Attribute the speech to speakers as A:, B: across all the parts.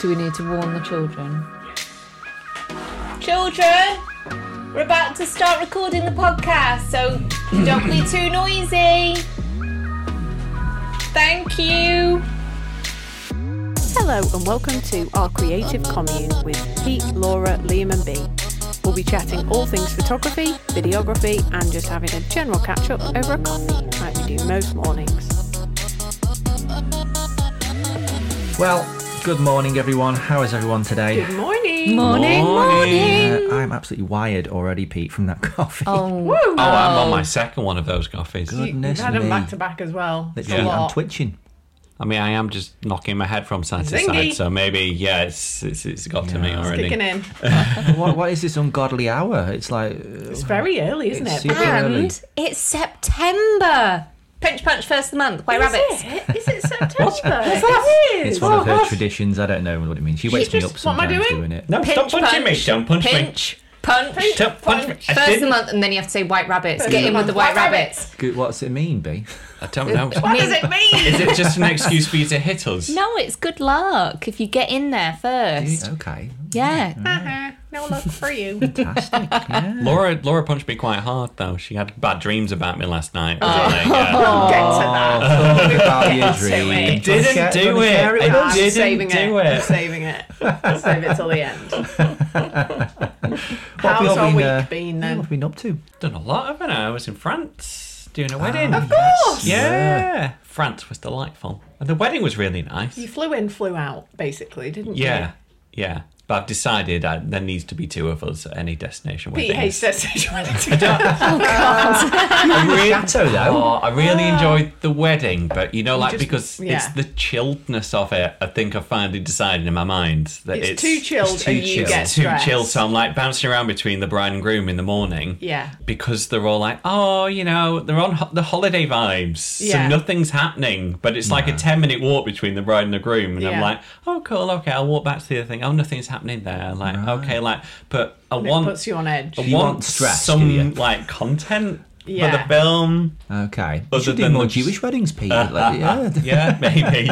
A: Do we need to warn the children? Children, we're about to start recording the podcast, so don't be too noisy. Thank you.
B: Hello and welcome to our creative commune with Pete, Laura, Liam, and Bee. We'll be chatting all things photography, videography, and just having a general catch up over a coffee, like we do most mornings.
C: Well, good morning, everyone. How is everyone today?
B: Good morning.
A: Morning, morning.
C: Uh, I'm absolutely wired already, Pete, from that coffee.
A: Oh,
D: Oh, I'm on my second one of those coffees.
C: goodness
E: You've had them
C: me.
E: back to back as well. It's
C: Literally,
E: a
C: I'm
E: lot.
C: twitching.
D: I mean, I am just knocking my head from side to
E: Zingy.
D: side, so maybe yeah, it's it's, it's got to me already.
E: Kicking in.
C: what, what is this ungodly hour? It's like uh,
E: It's very early, isn't
C: it's
E: it?
C: super early.
A: and it's September. Pinch Punch first of the month. Why rabbits?
E: Is it? Is it September? What's that?
C: It's one of her traditions. I don't know what it means. She wakes me
E: just-
C: up
E: what am I
C: sometimes
E: doing?
C: it.
D: No, stop
A: Pinch,
D: punching me!
A: punch,
D: Don't punch
A: Pinch, punch,
D: me! Don't punch me! I,
A: First of the
D: didn't,
A: month, and then you have to say white rabbits.
E: First
A: Get
E: of
A: in
E: the
A: with the white
E: month, white
A: rabbits.
C: Good. What's it mean, B?
D: I don't know.
A: I
E: What
A: mean-
E: does it mean?
D: Is it just an excuse for you to hit us?
A: No, it's good luck if you get in there first.
C: Okay.
A: Yeah.
E: Uh-huh. no luck for you.
C: Fantastic. yeah.
D: Laura, Laura punched me quite hard though. She had bad dreams about me last night. Oh.
E: We'll get to that.
C: Talk about your
E: to it.
C: dream.
D: Didn't
C: Don't
D: do
C: care- don't
D: it.
C: care
D: I
C: about
E: I'm
D: Didn't
E: saving
D: do
E: it. I'm
D: it.
E: saving it. I'll save it till the end.
C: What have we
E: How's
C: all
E: our
C: been,
E: week
C: uh,
E: been
C: What
E: then?
C: have we been up to?
D: Done a lot of it. I was in France doing
E: uh,
D: a wedding.
C: Of
E: course.
D: Yeah, France was delightful, and the wedding was really nice.
E: You flew in, flew out, basically, didn't you?
D: Yeah, yeah. But I've decided I, there needs to be two of us at any destination
E: Pete
D: wedding.
E: hates sexuality.
D: I really,
C: Chateau, though.
D: Oh, I really enjoyed the wedding, but you know, like
E: Ah. just-
D: because
E: yeah.
D: it's the chilledness of it. I think I finally decided in my mind that
E: It's
D: it's,
E: too chilled
D: it's too
E: and you
D: chilled.
E: get
D: It's too
E: stressed.
D: chilled. So I'm like bouncing around between the bride and groom in the morning.
E: Yeah.
D: because they're all like, oh, you know, they're on ho- the holiday vibes,
E: Yeah.
D: so nothing's happening. But it's like a ten minute walk between the bride and the groom, and I'm
E: Yeah.
D: like, oh, cool, okay, I'll walk back to the other thing. Oh, nothing's happening there. Like, okay, like, but I
E: It
D: want
E: puts you on edge.
D: I
C: You
D: want,
C: want stress, do you?
D: some like content for
E: Yeah.
D: the film.
C: Okay. You
D: Other
C: should do
D: than
C: more
D: the-
C: Jewish weddings, Pete. Like, yeah.
D: yeah, maybe.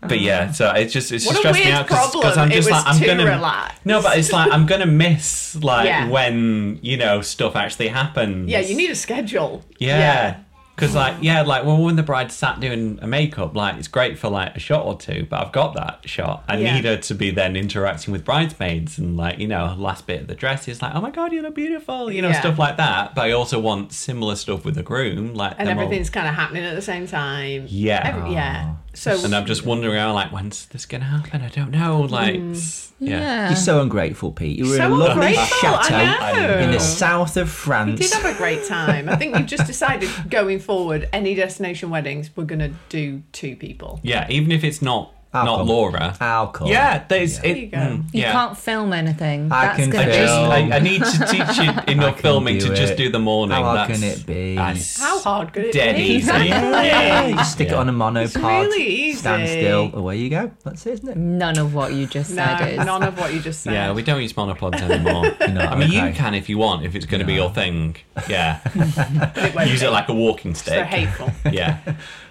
D: But yeah, so it's just it's
E: What
D: just
E: a
D: stressed me
E: weird
D: out because
E: problem.
D: I'm
E: It
D: just
E: was
D: like I'm
E: too
D: gonna
E: relaxed.
D: no, but it's like I'm gonna miss like
E: Yeah.
D: when you know stuff actually happens.
E: Yeah, you need a schedule.
D: yeah. Because like yeah, like well, when the bride sat doing a makeup, like it's great for like a shot or two, but I've got that shot. I
E: Yeah.
D: need her to be then interacting with bridesmaids and like you know last bit of the dress is like oh my god you look beautiful you know
E: Yeah.
D: stuff like that. But I also want similar stuff with the groom like
E: and
D: them all-
E: everything's kind of happening at the same time.
D: Yeah.
E: Every- yeah. So Mm.
D: and I'm just wondering, I'm like, when's this gonna happen? I don't know. Like, it's- yeah.
C: You're so ungrateful, Pete. You were in a
E: Uh-huh. So
C: lovely
E: ungrateful,
C: chateau
E: I know.
C: in the south of France.
E: did have a great time. I think you've just decided going forward, any destination weddings, we're gonna do two people.
D: yeah, Even if it's not
C: Alcohol.
D: not Laura,
C: Alcohol.
D: yeah, there's
E: you
D: it.
E: go.
D: mm,
A: You
D: yeah.
A: can't film anything.
C: I
A: That's
C: can
A: gonna
D: I
A: be-
C: film.
D: just I, I need to teach you
C: I
D: enough
C: can
D: filming to
C: do
D: just
C: it.
D: do the morning.
C: How hard
D: That's-
C: can it be?
D: that's
E: How hard could it
D: Dead
E: be?
D: easy.
C: Yeah, you just stick it
D: Yeah.
C: on a monopod.
E: really easy. Mm.
C: Stand still. Away you go. That's it, isn't it?
A: None of what you just
E: No,
A: said is.
E: none of what you just said.
D: Yeah, we don't use monopods anymore. I mean,
C: okay.
D: you can if you want, if it's going to be your thing. Yeah, use it like a walking stick.
E: They're hateful.
D: yeah,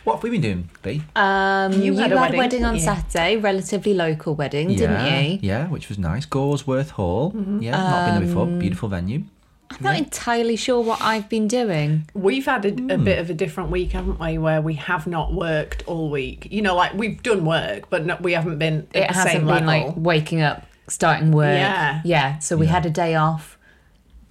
C: What have we been doing, B?
E: Uh,
A: Um, you, had, a wedding, on
E: didn't you?
A: Saturday, relatively local wedding,
C: yeah,
A: didn't you?
C: Yeah, which was nice. Goresworth Hall.
E: Mm-hmm.
C: Yeah, not been there before.
E: Um,
C: Beautiful venue.
A: I'm not entirely sure what I've been doing.
E: We've had a,
D: Hmm.
E: a bit of a different week, haven't we? Where we have not worked all week. You know, like we've done work, but no, we haven't been at
A: It
E: the
A: hasn't
E: same
A: been
E: level.
A: like waking up, starting work.
E: Yeah.
A: Yeah. So we had a day off.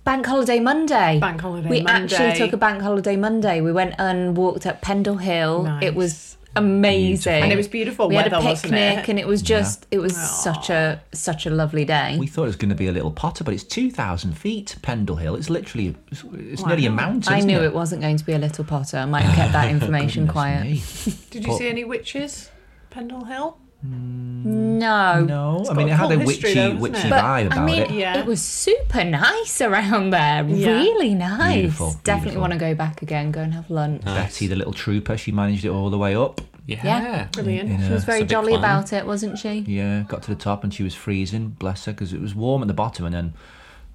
A: Bank holiday Monday.
E: Bank holiday
A: We actually
E: Monday.
A: took a bank holiday Monday. We went and walked up Pendle Hill. It
E: Nice.
A: was amazing.
E: And it was beautiful
A: we had
E: weather,
A: a
E: wasn't
A: picnic
E: it?
A: and it was just it was such a such a lovely day.
C: We thought it was going to be a little potter, but it's 2,000 feet, Pendle Hill. It's literally, it's, it's nearly a mountain.
A: I
C: isn't
A: knew
C: it,
A: it wasn't going to be a little potter. I might have kept that information
C: Goodness
A: quiet.
C: me.
E: Did you see any witches? Pendle Hill?
A: No.
C: No, I
E: got
C: mean, it had
E: full
C: a
E: history
C: witchy,
E: though, hasn't
C: witchy
E: it?
A: But
C: vibe about
A: I mean,
C: it.
E: Yeah.
A: it was super nice around there.
E: Yeah.
A: Really nice.
C: Beautiful,
A: Definitely
C: beautiful.
A: want to go back again, go and have lunch.
C: Betty, the little trooper, she managed it all the way up.
D: yeah,
A: Yeah.
E: Brilliant.
A: She was very
D: it's a big
A: jolly
D: climb.
A: about it, wasn't she?
C: Yeah, got to the top and she was freezing, bless her, because it was warm at the bottom and then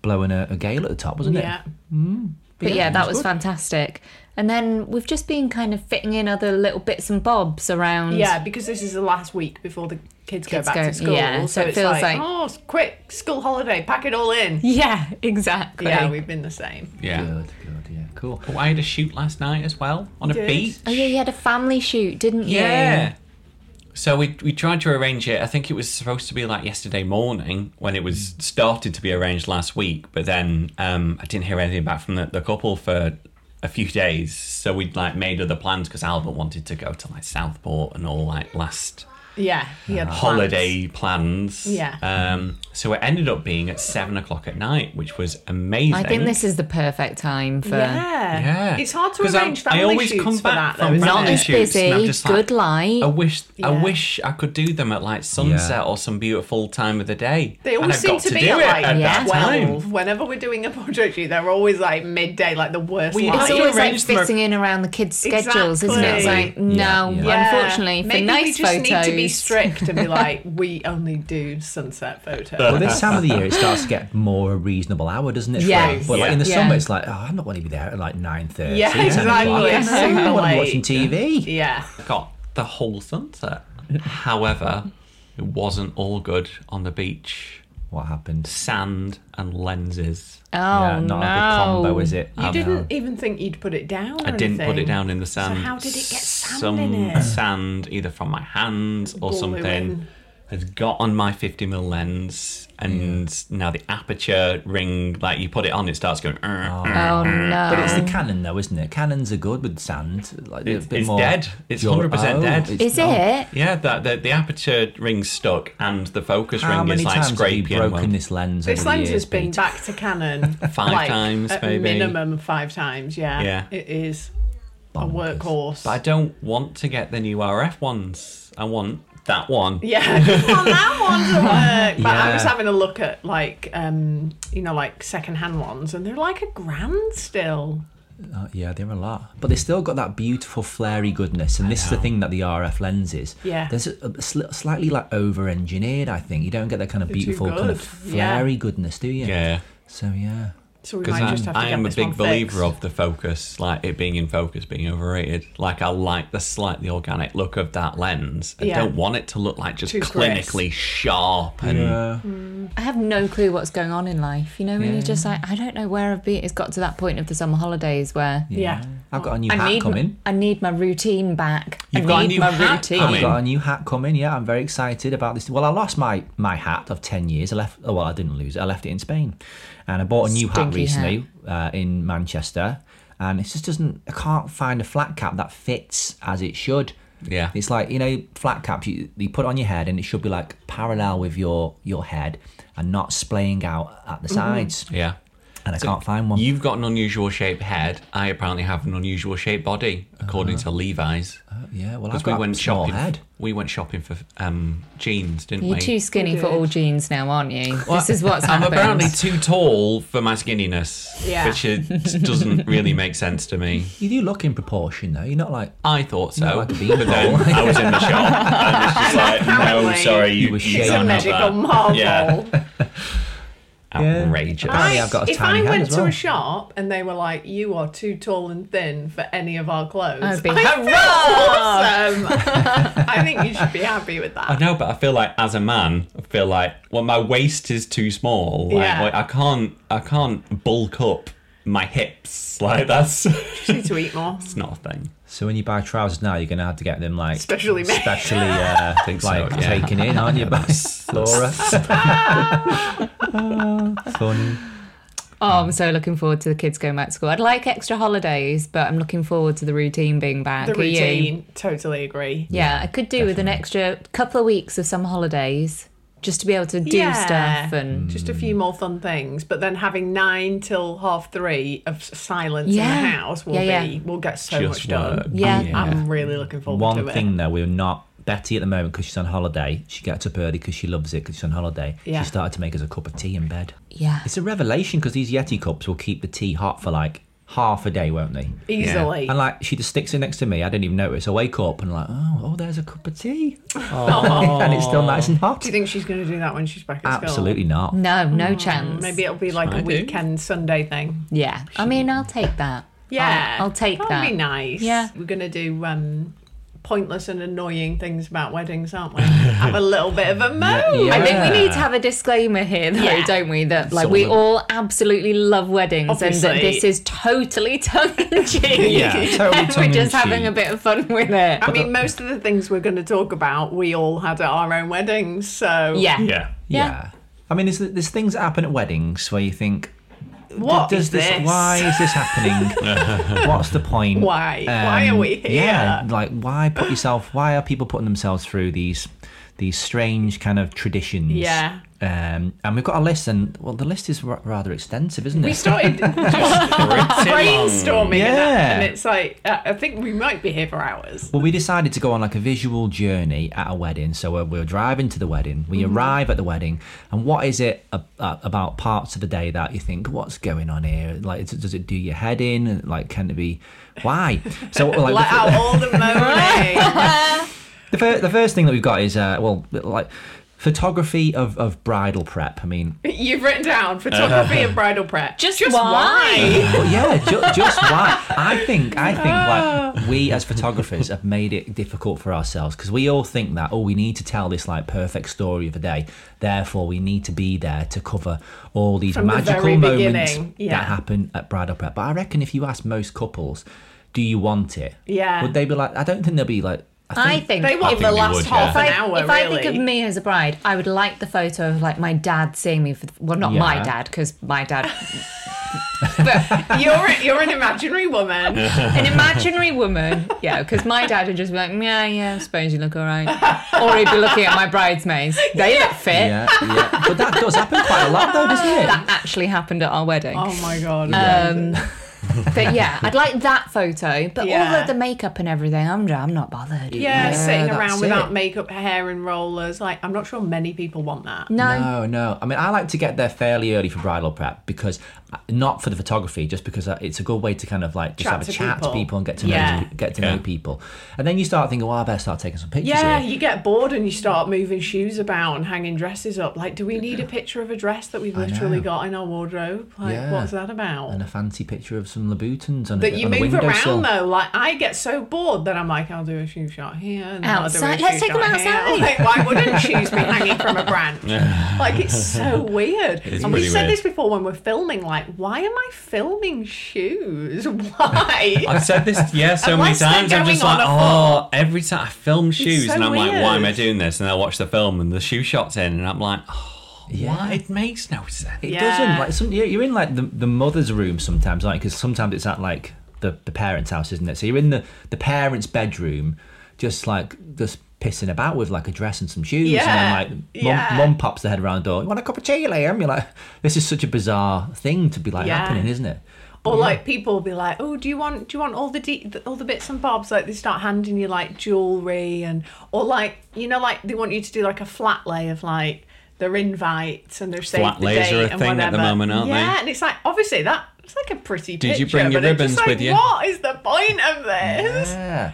C: blowing a, a gale at the top, wasn't
E: Yeah.
C: it?
A: But yeah, that was
C: good.
A: fantastic. And then we've just been kind of fitting in other little bits and bobs around.
E: Yeah, because this is the last week before the kids, go
A: Kids
E: back
A: go-
E: to school.
A: yeah,
E: so,
A: so it
E: it's
A: feels
E: like,
A: like-
E: oh, it's quick, school holiday, pack it all in.
A: Yeah, exactly.
E: Yeah, we've been the same.
D: Yeah.
C: Good, good, yeah, cool.
D: But I had a shoot last night as well on a
E: did?
D: beach.
A: Oh yeah, you had a family shoot, didn't you?
D: Yeah. So we we tried to arrange it. I think it was supposed to be like yesterday morning when it was started to be arranged last week, but then um, I didn't hear anything back from the, the couple for a few days. So we'd like made other plans because Albert wanted to go to like Southport and all like last
E: Yeah, he had plans.
D: Uh, holiday plans.
E: Yeah.
D: Um, so it ended up being at seven o'clock at night, which was amazing.
A: I think this is the perfect time for
E: Yeah.
D: uh, Yeah.
E: It's hard to
D: 'Cause I'm-
E: arrange family shoots for that, though, isn't
A: Not
D: family
E: it?
A: as
D: shoots and I'm
A: busy,
D: just like,
A: good light.
D: I wish
E: Yeah.
D: I wish I could do them at like sunset or some beautiful time of the day.
E: They
D: And
E: always
D: I've
E: seem
D: got
E: to, be
D: do
E: at
D: it
E: like
D: at
A: yeah.
D: that time.
E: 12. Whenever we're doing a portrait shoot, they're always like midday, like the worst
D: We-
E: light.
A: it's
D: I
A: always like
D: arranged them ar-
A: fitting in around the kids' schedules, isn't it? It's
E: Exactly.
A: like no,
C: Yeah,
E: Yeah.
A: unfortunately, for
E: Maybe
A: nice
E: we just
A: photos.
E: need to be strict and be like, we only do sunset
C: Well,
E: photos.
C: this time of the year, it starts to get more a reasonable hour, doesn't it? for
A: Yeah.
C: it? But like in the
A: Yeah.
C: summer,
A: Yeah.
C: it's like, oh, I'm not going to be there at like nine thirty.
E: Yeah, exactly. It's
C: I
E: super
C: want to be
E: late.
C: watching TV.
E: yeah.
D: Got the whole sunset. However, it wasn't all good on the beach.
C: What happened?
D: Sand and lenses.
A: oh
C: yeah, not
A: no,
C: a good combo, is it?
E: You didn't even think you'd put it down.
D: I
E: or
D: didn't put
E: anything.
D: it down in the sand.
E: how did it get sand
D: Some
E: in it?
D: sand, either from my hands or
E: Blew in.
D: something, has got on my 50mm lens, and now the aperture ring, like you put it on, it starts going. "Uh, uh."
A: Oh no.
C: But it's the Canon, though, isn't it? Canons are good with sand. Like, they're a
D: It's-
C: bit
D: it's
C: more
D: dead. It's
C: You're-
D: 100%
C: oh,
D: dead.
C: it's
A: is
C: not.
A: it?
D: Yeah, that the, the aperture ring's stuck and the focus
C: How
D: ring
C: many
D: is like
C: times have you
D: scraping.
C: broken
D: well,
C: this lens?
E: This
C: over
E: lens
C: the
E: has
C: years,
E: been
C: Pete?
E: back to Canon
D: Five times,
E: at
D: maybe.
E: minimum five times. Yeah,
D: Yeah.
E: it is a
C: Bonkers.
E: workhorse.
D: But I don't want to get the new RF ones. I want that one.
E: Yeah, on that one to work. But I was
C: Yeah.
E: having a look at like um, you know, like secondhand ones, and they're like a grand still.
C: Uh, yeah, they're a lot, but they still got that beautiful flary goodness, and this is the thing that the RF lens is.
E: Yeah.
C: there's a, a sli- slightly like over-engineered. I think you don't get that kind of
E: too
C: beautiful kind of
E: good, yeah.
C: flary goodness, do you?
D: Yeah.
C: So yeah,
E: So we
D: Because
E: might just have
D: I'm,
E: to
D: I
E: get
D: am a
E: this one
D: big believer
E: fixed.
D: of the focus, like it being in focus, being overrated. Like I like the slightly organic look of that lens. I
E: Yeah.
D: don't want it to look like just
E: Too crisp.
D: clinically sharp and
C: Uh,
A: I have no clue what's going on in life. You know, when you're just like, I don't know where I've been. It's got to that point of the summer holidays where
E: Yeah.
C: I've got a new
A: I
C: hat
A: need
C: coming.
A: I need my routine back.
D: You've
A: I
D: got a
A: need
D: new
A: my
D: hat
A: routine.
D: coming.
C: I've got a new hat coming. Yeah, I'm very excited about this. Well, I lost my my hat of ten years. I left. Oh, well, I didn't lose it. I left it in Spain, and I bought a new hat
A: Stinky hat.
C: recently Uh, in Manchester, and it just doesn't. I can't find a flat cap that fits as it should.
D: Yeah.
C: it's like you know flat caps you, you put on your head, and it should be like parallel with your your head, and not splaying out at the sides.
D: yeah.
C: And I can't find one.
D: You've got an unusual shaped head. I apparently have an unusual shaped body, according to Levi's.
C: Uh, yeah, well, I've
D: Because
C: got
D: we went
C: a small
D: shopping.
C: head.
D: We went shopping for um, jeans, didn't
A: You're
D: we?
A: too skinny for
E: Indeed.
A: all jeans now, aren't you?
D: Well,
A: this is what's
D: I'm
A: happened.
D: apparently too tall for my skinniness,
E: Yeah.
D: which it doesn't really make sense to me.
C: You do look in proportion though. You're not like
D: I thought so,
C: Not like a beanpole.
D: but then I was in the shop and it's just like, no,
E: Apparently,
D: sorry,
C: you
D: you
C: were
D: you
E: It's
C: Yeah,
E: a
D: can't have
E: magical
D: that.
E: marvel.
D: Yeah.
C: Yeah.
D: Outrageous.
C: Apparently I've got a
E: if
C: tiny
E: I
C: head
E: went
C: as
E: to
C: well.
E: a shop and they were like, "You are too tall and thin for any of our clothes,"
A: I'd be,
E: I felt awesome. I think you should be happy with
D: I
E: that.
D: know, but I feel like as a man, I feel like well, my waist is too small. Like,
E: Yeah.
D: like, I can't, I can't bulk up my hips. Like that's it's
E: You need to eat more.
D: not a thing.
C: So when you buy trousers now, you're gonna have to get them like
E: Specially made.
C: specially uh,
D: think so,
C: like
D: yeah.
C: taken in, aren't you, by Laura? Funny.
A: oh, I'm so looking forward to the kids going back to school. I'd like extra holidays, but I'm looking forward to the routine being back.
E: The
A: Are you?
E: routine. Totally agree.
A: Yeah, I could do with an extra couple of weeks of summer holidays just to be able to do
E: Yeah.
A: stuff and
E: just a few more fun things but then having nine till half three of s- silence
A: Yeah.
E: in the house will
A: Yeah, yeah.
E: be we'll get so
D: Just
E: much done
D: work.
A: Yeah.
E: i'm really looking forward
C: One
E: to it
C: thing though, we're not Betty at the moment because she's on holiday. She gets up early because she loves it because she's on holiday.
E: Yeah.
C: She started to make us a cup of tea in bed.
A: yeah.
C: It's a revelation because these Yeti cups will keep the tea hot for like half a day, won't they?
E: easily
C: And like she just sticks it next to me. I didn't even notice. I wake up and like, oh, oh, there's a cup of tea,
E: Oh.
C: and it's still nice and hot.
E: do you think she's going to do that when she's back at
C: Absolutely not.
A: No, no chance.
E: school Oh, maybe it'll be like a
D: I do.
E: weekend sunday thing
A: Yeah. I mean, I'll take that.
E: Yeah,
A: I'll take
E: That'd
A: that.
E: be nice.
A: Yeah.
E: we're gonna do um, pointless and annoying things about weddings, aren't we? Have a little bit of a moan.
A: I think we
C: Yeah.
A: need to have a disclaimer here, though,
E: Yeah.
A: don't we? That like
C: Some
A: we
C: of them.
A: all absolutely love weddings, and that
E: Obviously.
A: this is totally tongue in cheek.
C: Yeah,
A: and
C: totally
A: we're just
C: tongue-in-cheek.
A: having a bit of fun with it.
E: I mean, most of the things we're going to talk about, we all had at our own weddings. So
A: Yeah,
D: Yeah.
A: Yeah.
C: I mean, there's, there's things that happen at weddings where you think,
E: what
C: does
E: is
C: this,
E: this?
C: Why is this happening? What's the point? Um,
E: Why? Why are we here?
C: Yeah, like why put yourself? Why are people putting themselves through these these strange kind of traditions?
E: Yeah.
C: Um, and we've got a list, and well, the list is r- rather extensive, isn't it?
E: We started brainstorming, and,
C: Yeah.
E: that, and it's like uh, I think we might be here for hours.
C: Well, we decided to go on like a visual journey at a wedding. So we're, we're driving to the wedding. We arrive at the wedding, and what is it a, a- about parts of the day that you think, what's going on here? Like, is it- does it do your head in? And, Like, can it be? Why? So, like,
E: Let
C: the,
E: out all the moaning.
C: the, fir- the first thing that we've got is, uh, well, like photography of, of bridal prep. I mean,
E: You've written down photography
C: Uh-huh.
E: and bridal prep.
A: Just why?
C: But yeah, ju- just why? I think I think
E: Ah.
C: like we as photographers have made it difficult for ourselves because we all think that oh we need to tell this like perfect story of a day, therefore we need to be there to cover all these
E: From the
C: magical
E: very
C: moments
E: beginning, yeah.
C: that happen at bridal prep. But I reckon if you ask most couples, do you want it?
E: Yeah.
C: would they be like? I don't think they'll be like. I
A: I
C: think.
A: think
E: They want
D: think
E: the
D: we
E: last
D: would,
E: half
A: If I,
E: an hour.
A: if I
E: really.
A: think of me as a bride, I would like the photo of like my dad seeing me for the, well, not my
C: Yeah.
A: dad because my dad,
E: you're you're an imaginary woman.
A: an imaginary woman, yeah, because my dad would just be like, yeah, yeah, I suppose you look all right, or he'd be looking at my bridesmaids, they look fit.
C: Yeah, yeah. But that does happen quite a lot, though, doesn't it?
A: That actually happened at our wedding.
E: Oh my god.
A: Um, but yeah, I'd like that photo. But all
E: Yeah.
A: of the makeup and everything, I'm I'm not bothered.
E: yeah, sitting
C: that's
E: around without
C: it.
E: makeup, hair, and rollers. Like, I'm not sure many people want that.
A: No.
C: No, no. I mean, I like to get there fairly early for bridal prep because, uh, not for the photography, just because uh, it's a good way to kind of like just
E: Chat
C: have a
E: to
C: chat
E: people.
C: to people and get to
E: Yeah.
C: know get to
D: Yeah.
C: know people, and then you start thinking, well, I better start taking some pictures.
E: Yeah,
C: here.
E: you get bored and you start moving shoes about and hanging dresses up. Like, do we need a picture of a dress that we've literally
C: know.
E: got in our wardrobe? Like,
C: Yeah.
E: what's that
C: and
E: about?
C: a fancy picture of some Louboutins on
E: That
C: a,
E: you
C: on a
E: move around
C: windowsill.
E: though. Like, I get so bored that I'm like, I'll do a shoe shot here. And then I'll do a
A: Outside.
E: shoe
A: Let's take them
E: shot here.
A: outside.
E: Like, why wouldn't shoes be hanging from a branch? Like, it's so weird.
D: is
E: and we
D: pretty
E: said
D: weird.
E: this before when we're filming. Like, why am I filming shoes? Why?
D: I've said this, yeah, so many
E: Unless they're
D: times. I'm
E: going
D: just
E: on
D: like,
E: a hot-
D: oh, every time I film shoes,
E: so
D: and I'm like, why am I
E: weird.
D: doing this? And I watch the film, and the shoe shots in, and I'm like, oh, why? It makes no sense.
C: It
E: Yeah.
C: doesn't. Like some, you're you're in like the, the mother's room sometimes, aren't you? Because sometimes it's at like the, the parents' house, isn't it? So you're in the, the parents' bedroom, just like just pissing about with like a dress and some shoes,
E: Yeah.
C: and then like mum
E: Yeah.
C: mum pops the head around the door. You want a cup of tea, Liam? You're like, this is such a bizarre thing to be like
E: Yeah.
C: happening, isn't it?
E: Or like people will be like, "Oh, do you want do you want all the de- th- all the bits and bobs?" Like they start handing you like jewelry and or like you know like they want you to do like a flat lay of like their invites and their save
D: Flat
E: the
D: lays
E: date
D: are a
E: and
D: thing
E: whatever.
D: at the moment, aren't
E: yeah,
D: they?
E: and it's like obviously that it's like a pretty.
D: Did you
E: picture,
D: bring your
E: but it's
D: ribbons
E: just like,
D: with you?
E: What is the point of this?
C: Yeah,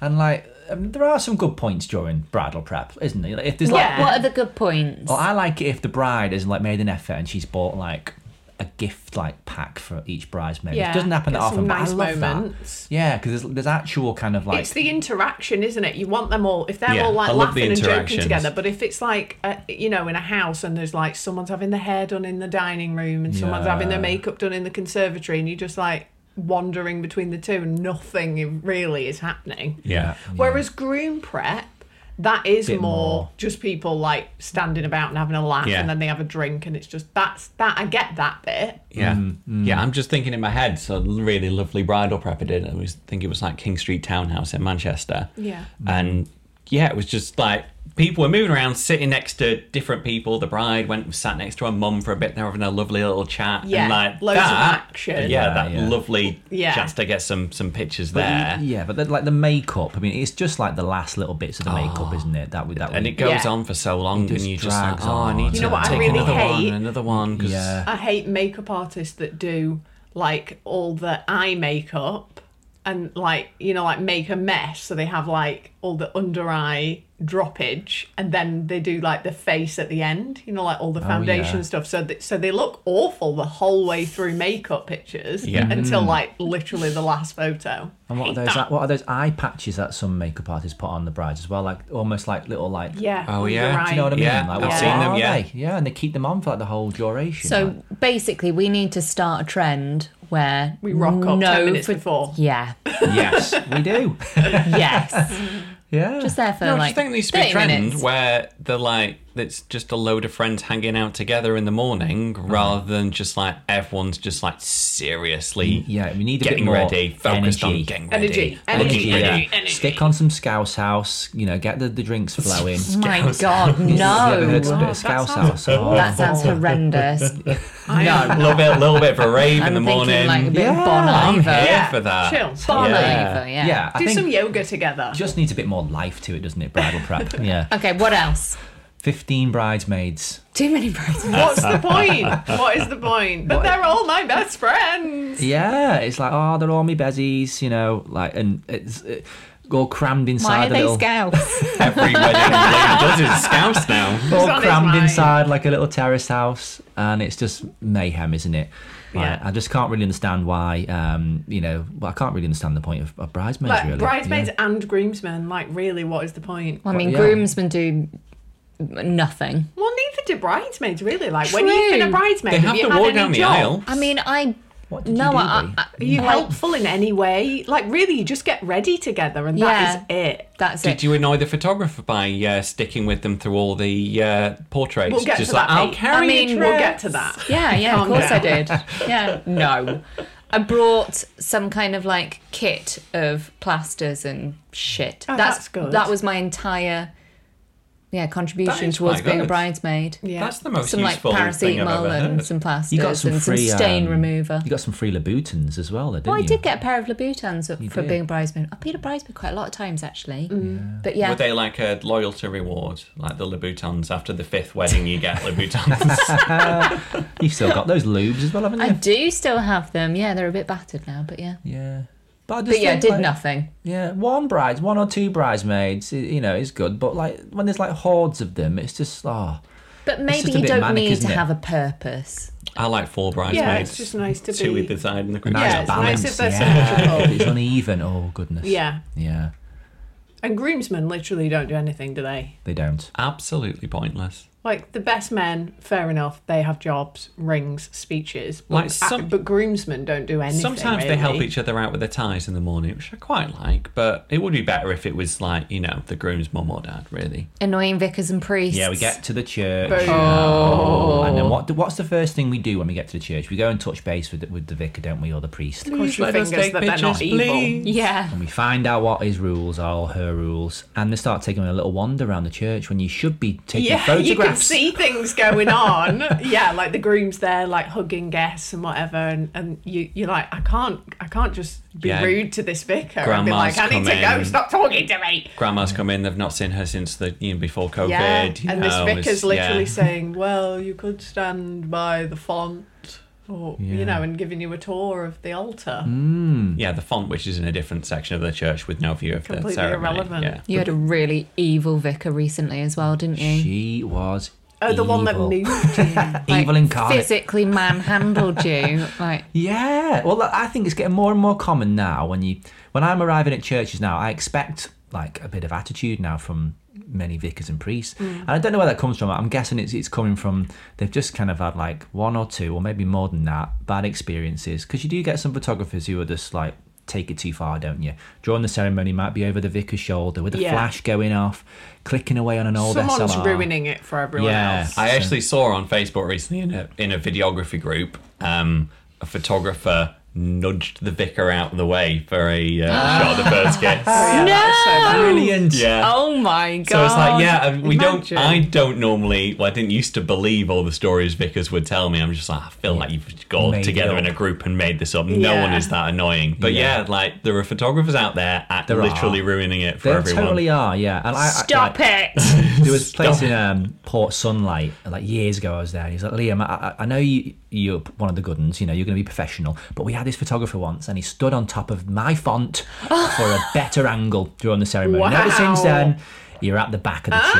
C: and like um, there are some good points during bridal prep, isn't there? Like, if there's like
E: Yeah.
A: What are the good points?
D: Oh,
C: Well, I like it if the bride has like made an effort and she's bought like a gift like pack for each bridesmaid.
E: Yeah,
C: it doesn't happen that
E: get some
C: often,
E: nice
C: but I love
E: moments.
C: that. Yeah, because there's, there's actual kind of like
E: it's the interaction, isn't it? You want them all if they're
D: Yeah,
E: all
D: I
E: like
D: love the
E: laughing and joking
D: interactions.
E: together. But if it's like uh you know in a house and there's like someone's having their hair done in the dining room and someone's having their
C: Yeah.
E: makeup done in the conservatory and you're just like wandering between the two and nothing really is happening.
D: Yeah.
E: Whereas groom prep, that is more,
C: Bit more.
E: just people like standing about and having a laugh
D: Yeah.
E: and then they have a drink and it's just that's that I get that bit.
D: Yeah.
E: Mm,
D: Yeah, I'm just thinking in my head, so really lovely bridal prep I did. I was think it was like King Street Townhouse in Manchester.
E: Yeah.
D: And
E: Mm-hmm.
D: yeah, it was just like people were moving around, sitting next to different people. The bride went and sat next to her mum for a bit. They were having a lovely little chat.
E: Yeah,
D: And like
E: loads of
D: that-
E: action.
C: Yeah,
D: Yeah, that
C: yeah.
D: lovely
E: Yeah.
D: chance to get some some pictures
C: But you-
D: there.
C: Yeah, but then, like the makeup. I mean, it's just like the last little bits of the makeup, isn't it? That would that
D: Ah. And
C: we-
D: it goes
E: Yeah.
D: on for so long,
C: just
D: and you just like,
C: drags
D: oh, I
C: on.
D: need
C: You
D: to
E: know what I
D: take
E: really
D: another
E: hate?
D: one, another one, because
C: Yeah.
E: I hate makeup artists that do like all the eye makeup and like you know like make a mess so they have like all the under eye droppage and then they do like the face at the end you know like all the foundation
C: Oh, yeah.
E: stuff so th- so they look awful the whole way through makeup pictures
D: Yeah.
E: until like literally the last photo
C: Mm. And what are those? What are those eye patches that some makeup artists put on the brides as well? Like almost like little like.
E: yeah
D: Oh, yeah.
E: right.
C: Do you know what I mean?
D: Yeah,
C: like,
D: I've
C: what
D: seen them,
C: are
D: yeah.
C: they? yeah, and they keep them on for like the whole duration. like.
A: So basically, we need to start a trend where
E: We rock up 10
A: no
E: minutes before.
A: Yeah.
C: yes, we do.
A: Yes.
C: Yeah,
A: just there for
D: No, I
A: like
D: just think there needs to be a
A: 30
D: trend
A: minutes.
D: where they're like, it's just a load of friends hanging out together in the morning rather than just like everyone's just like seriously
C: Mm, Yeah, we need a
D: getting
C: bit more
D: ready, focused on
C: energy.
D: getting ready.
E: Energy.
D: looking
E: Energy,
D: ready.
C: yeah. Stick on some Scouse House, you know, get the, the drinks flowing.
A: My God,
C: You ever heard of a
A: no.
C: bit of Scouse
E: sounds-
C: House? Oh,
A: That sounds horrendous.
D: A little bit, little bit of a rave in
A: I'm
D: the morning.
A: thinking like a bit
C: Yeah.
A: of Bon
D: I'm
A: Iver.
D: here
E: Yeah,
D: for that.
E: chill.
A: Bon
D: Yeah.
A: Iver,
C: yeah.
A: yeah.
C: I
E: do
C: think
E: some yoga together
C: just needs a bit more life to it, doesn't it? Bridal prep. Yeah,
A: Okay, what else?
C: fifteen bridesmaids.
A: Too many bridesmaids.
E: what's the point what is the point but they're all my best friends
C: Yeah, it's like oh, they're all me bezies, you know, like and it's it, all crammed
A: Why
C: inside
A: are
C: the
A: they
C: little.
A: scouts?
D: Every wedding lady does is scouse now.
E: He's
C: all
E: on his
C: crammed
E: mind.
C: inside like a little terrace house, and it's just mayhem, isn't it? Like,
E: Yeah.
C: I just can't really understand why. Um, you know, well, I can't really understand the point of, of bridesmaids.
E: like
C: really,
E: bridesmaids and groomsmen like really what is the point
A: Well, I mean,
C: yeah.
A: groomsmen do nothing.
E: well neither do bridesmaids really like when you've been a
A: True.
E: bridesmaid
D: They have
E: you
D: to
E: had
D: walk
E: any
D: down the
E: job?
D: aisle.
A: I mean, I.
C: What did you
A: no,
C: do,
A: I,
C: Lee?
A: I,
E: Are you
A: like,
E: helpful in any way? Like, really, you just get ready together and that is it.
A: That's
D: Did
A: it.
D: you annoy the photographer by uh, sticking with them through all the uh, portraits?
E: We'll get
D: Just
E: to
D: like,
E: that.
D: I'll
E: mate.
D: carry
A: I mean,
D: your
E: we'll
D: dress."
E: get to that.
A: Yeah, yeah, of
E: Calm
A: course I
E: down.
A: did. Yeah, no. I brought some kind of like kit of plasters and shit.
E: Oh, that's good.
A: That was my entire yeah
D: That
A: contribution
D: is
A: towards
D: quite
A: being a
D: good.
A: bridesmaid.
E: Yeah.
D: That's the most
A: Some like
D: useful thing I've
A: paracetamol
D: ever heard.
A: and some plasters
C: You got some
A: and
C: free
A: some stain
C: um,
A: remover.
C: You got some free Louboutins as well, though, didn't
A: well, Oh, I
C: you?
A: did get a pair of Louboutins for
C: did.
A: being a bridesmaid. I've been a bridesmaid quite a lot of times actually. But
D: Were
A: yeah,
D: they like a loyalty reward, like the Louboutins? After the fifth wedding, you get Louboutins.
C: You've still got those lubes as well, haven't you?
A: I do still have them. Yeah, they're a bit battered now, but yeah.
C: Yeah. But, I just
A: But yeah,
C: think,
A: did
C: like,
A: nothing.
C: Yeah, one brides, one or two bridesmaids, i- you know, is good. But like when there's like hordes of them, it's just oh,
A: But
C: just
A: maybe
C: a
A: you
C: bit
A: don't
C: manic,
A: need
C: isn't
A: to
C: it?
A: have a purpose.
D: I like four bridesmaids.
E: Yeah, it's just nice to
D: two
E: be-
D: either side in the group.
C: nice
E: Yeah, it's
C: balance.
E: nice if they're
C: yeah,
E: symmetrical.
C: If it's uneven. Oh goodness.
E: Yeah.
C: Yeah,
E: And groomsmen literally don't do anything, do they?
C: they don't.
D: Absolutely pointless.
E: Like, the best men, fair enough, they have jobs, rings, speeches. But,
D: Like some-
E: but groomsmen don't do anything.
D: Sometimes they help
E: really.
D: each other out with their ties in the morning, which I quite like, but it would be better if it was like, you know, the groom's mum or dad, really.
A: Annoying vicars and priests.
C: Yeah, we get to the church.
E: Boom.
C: Oh. And then what? What's the first thing we do when we get to the church? We go and touch base with the, with the vicar, don't we, or the priest?
E: Cross your fingers that they're not evil.
A: Yeah.
C: And we find out what his rules are, or her rules, and they start taking a little wander around the church when you should be taking
E: Yeah,
C: photographs.
E: you can see things going on. yeah, like the groom's there, like hugging guests and whatever, and, and you you're like, I can't, I can't just be
D: Yeah.
E: rude to this vicar. and be like,
D: Grandma's
E: I need to
D: come
E: go.
D: in.
E: Stop talking to me.
D: Grandma's come in, they've not seen her since the, you know, before COVID.
E: Yeah,
D: you
E: and this
D: know,
E: vicar's
D: Oh, it's-
E: literally
D: yeah.
E: saying, "Well, you could stand by the font." Or,
C: Yeah.
E: You know, and giving you a tour of the altar.
D: Yeah, the font, which is in a different section of the church with no view of
E: Completely
D: the ceremony.
E: irrelevant.
D: Yeah.
A: You had a really evil vicar recently as well, didn't you?
C: She was.
E: Oh, the one that
C: evil.
E: moved you.
A: Like,
C: evil incarnate.
A: Physically manhandled you. Like,
C: Yeah. Well, I think it's getting more and more common now. When you, when I'm arriving at churches now, I expect like a bit of attitude now from many vicars and priests,
E: Mm.
C: and I don't know where that comes from. I'm guessing it's it's coming from they've just kind of had like one or two, or maybe more than that, bad experiences. Because you do get some photographers who are just like take it too far, don't you? During the ceremony, might be over the vicar's shoulder with a
E: Yeah.
C: flash going off, clicking away on an old
E: Someone's
C: SLR.
E: ruining it for everyone
C: Yeah.
E: else.
D: I actually saw on Facebook recently in a in a videography group, um, a photographer nudged the vicar out of the way for a uh,
C: Ah.
D: shot of the first kiss.
E: Yeah, that's so bad.
C: Brilliant.
D: Yeah.
A: oh my god.
D: So it's like, yeah, I- we
A: Imagine.
D: don't. I don't normally. Well, I didn't used to believe all the stories vicars would tell me. I'm just like, I feel like you've got
C: Made it
D: together in
C: up.
D: a group and made this up. No
E: Yeah.
D: one is that annoying. But
C: Yeah.
D: yeah, like there are photographers out there at
C: There
D: literally
C: are.
D: ruining it for
C: They
D: everyone.
C: totally are, yeah. And I,
A: Stop
C: I, like,
A: it.
C: There was a place
D: Stop.
C: in um, Port Sunlight like years ago. I was there. And he's like, Liam, I, I I know you, you're one of the good ones. You know, you're going to be professional. But we had this photographer once, and he stood on top of my font for a better angle during the ceremony. And ever since
E: Wow.
C: then, You're at the back of the
A: Ah.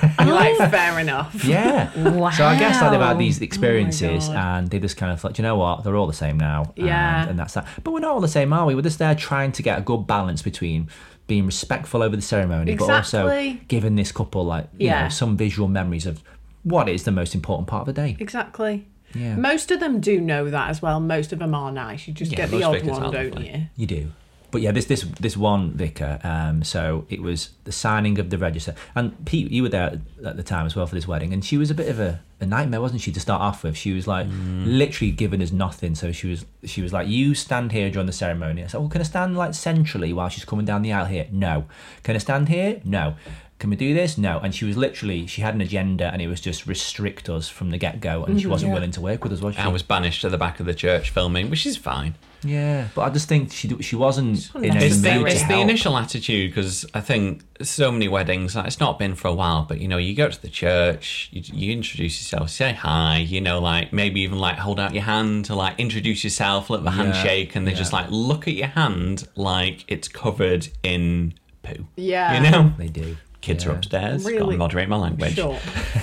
C: church.
E: I'm like, fair enough.
C: Yeah. So I guess like they've
A: Wow.
C: had these
A: Oh my
C: experiences
A: God.
C: and they just kind of like, you know what? They're all the same now.
E: Yeah.
C: And, and that's that. But we're not all the same, are we? We're just there trying to get a good balance between being respectful over the ceremony, but also
E: Exactly.
C: giving this couple like you
E: Yeah.
C: know some visual memories of what is the most important part of the day.
E: Exactly.
C: Yeah.
E: Most of them do know that as well. Most of them are nice. You just
D: Yeah,
E: get the
D: most
E: odd
D: vicars
E: one,
D: aren't,
E: don't
D: definitely.
E: you?
C: You do. But yeah, this this this one vicar. Um, so it was the signing of the register, and Pete, you were there at the time as well for this wedding, and she was a bit of a, a nightmare, wasn't she? To start off with, she was like
D: Mm.
C: literally giving us nothing. So she was she was like, "You stand here during the ceremony." I said, "Well, can I stand like centrally while she's coming down the aisle here?" No. Can I stand here? No. Can we do this? No. And she was literally she had an agenda, and it was just restrict us from the get go, and she wasn't willing to work with us, was she?
D: I was banished to the back of the church filming, which is fine.
C: yeah, but I just think she d- she wasn't in any
D: It's the,
C: mood to
D: it's the
C: help.
D: initial attitude because I think so many weddings, like, it's not been for a while, but you know, you go to the church, you, you introduce yourself, say hi, you know, like maybe even like hold out your hand to like introduce yourself, let the handshake, and they just like look at your hand like it's covered in poo.
E: Yeah.
D: You know?
C: They do.
D: Kids are
C: Yeah.
D: upstairs, gotta
E: Really?
D: moderate my language.
E: Sure.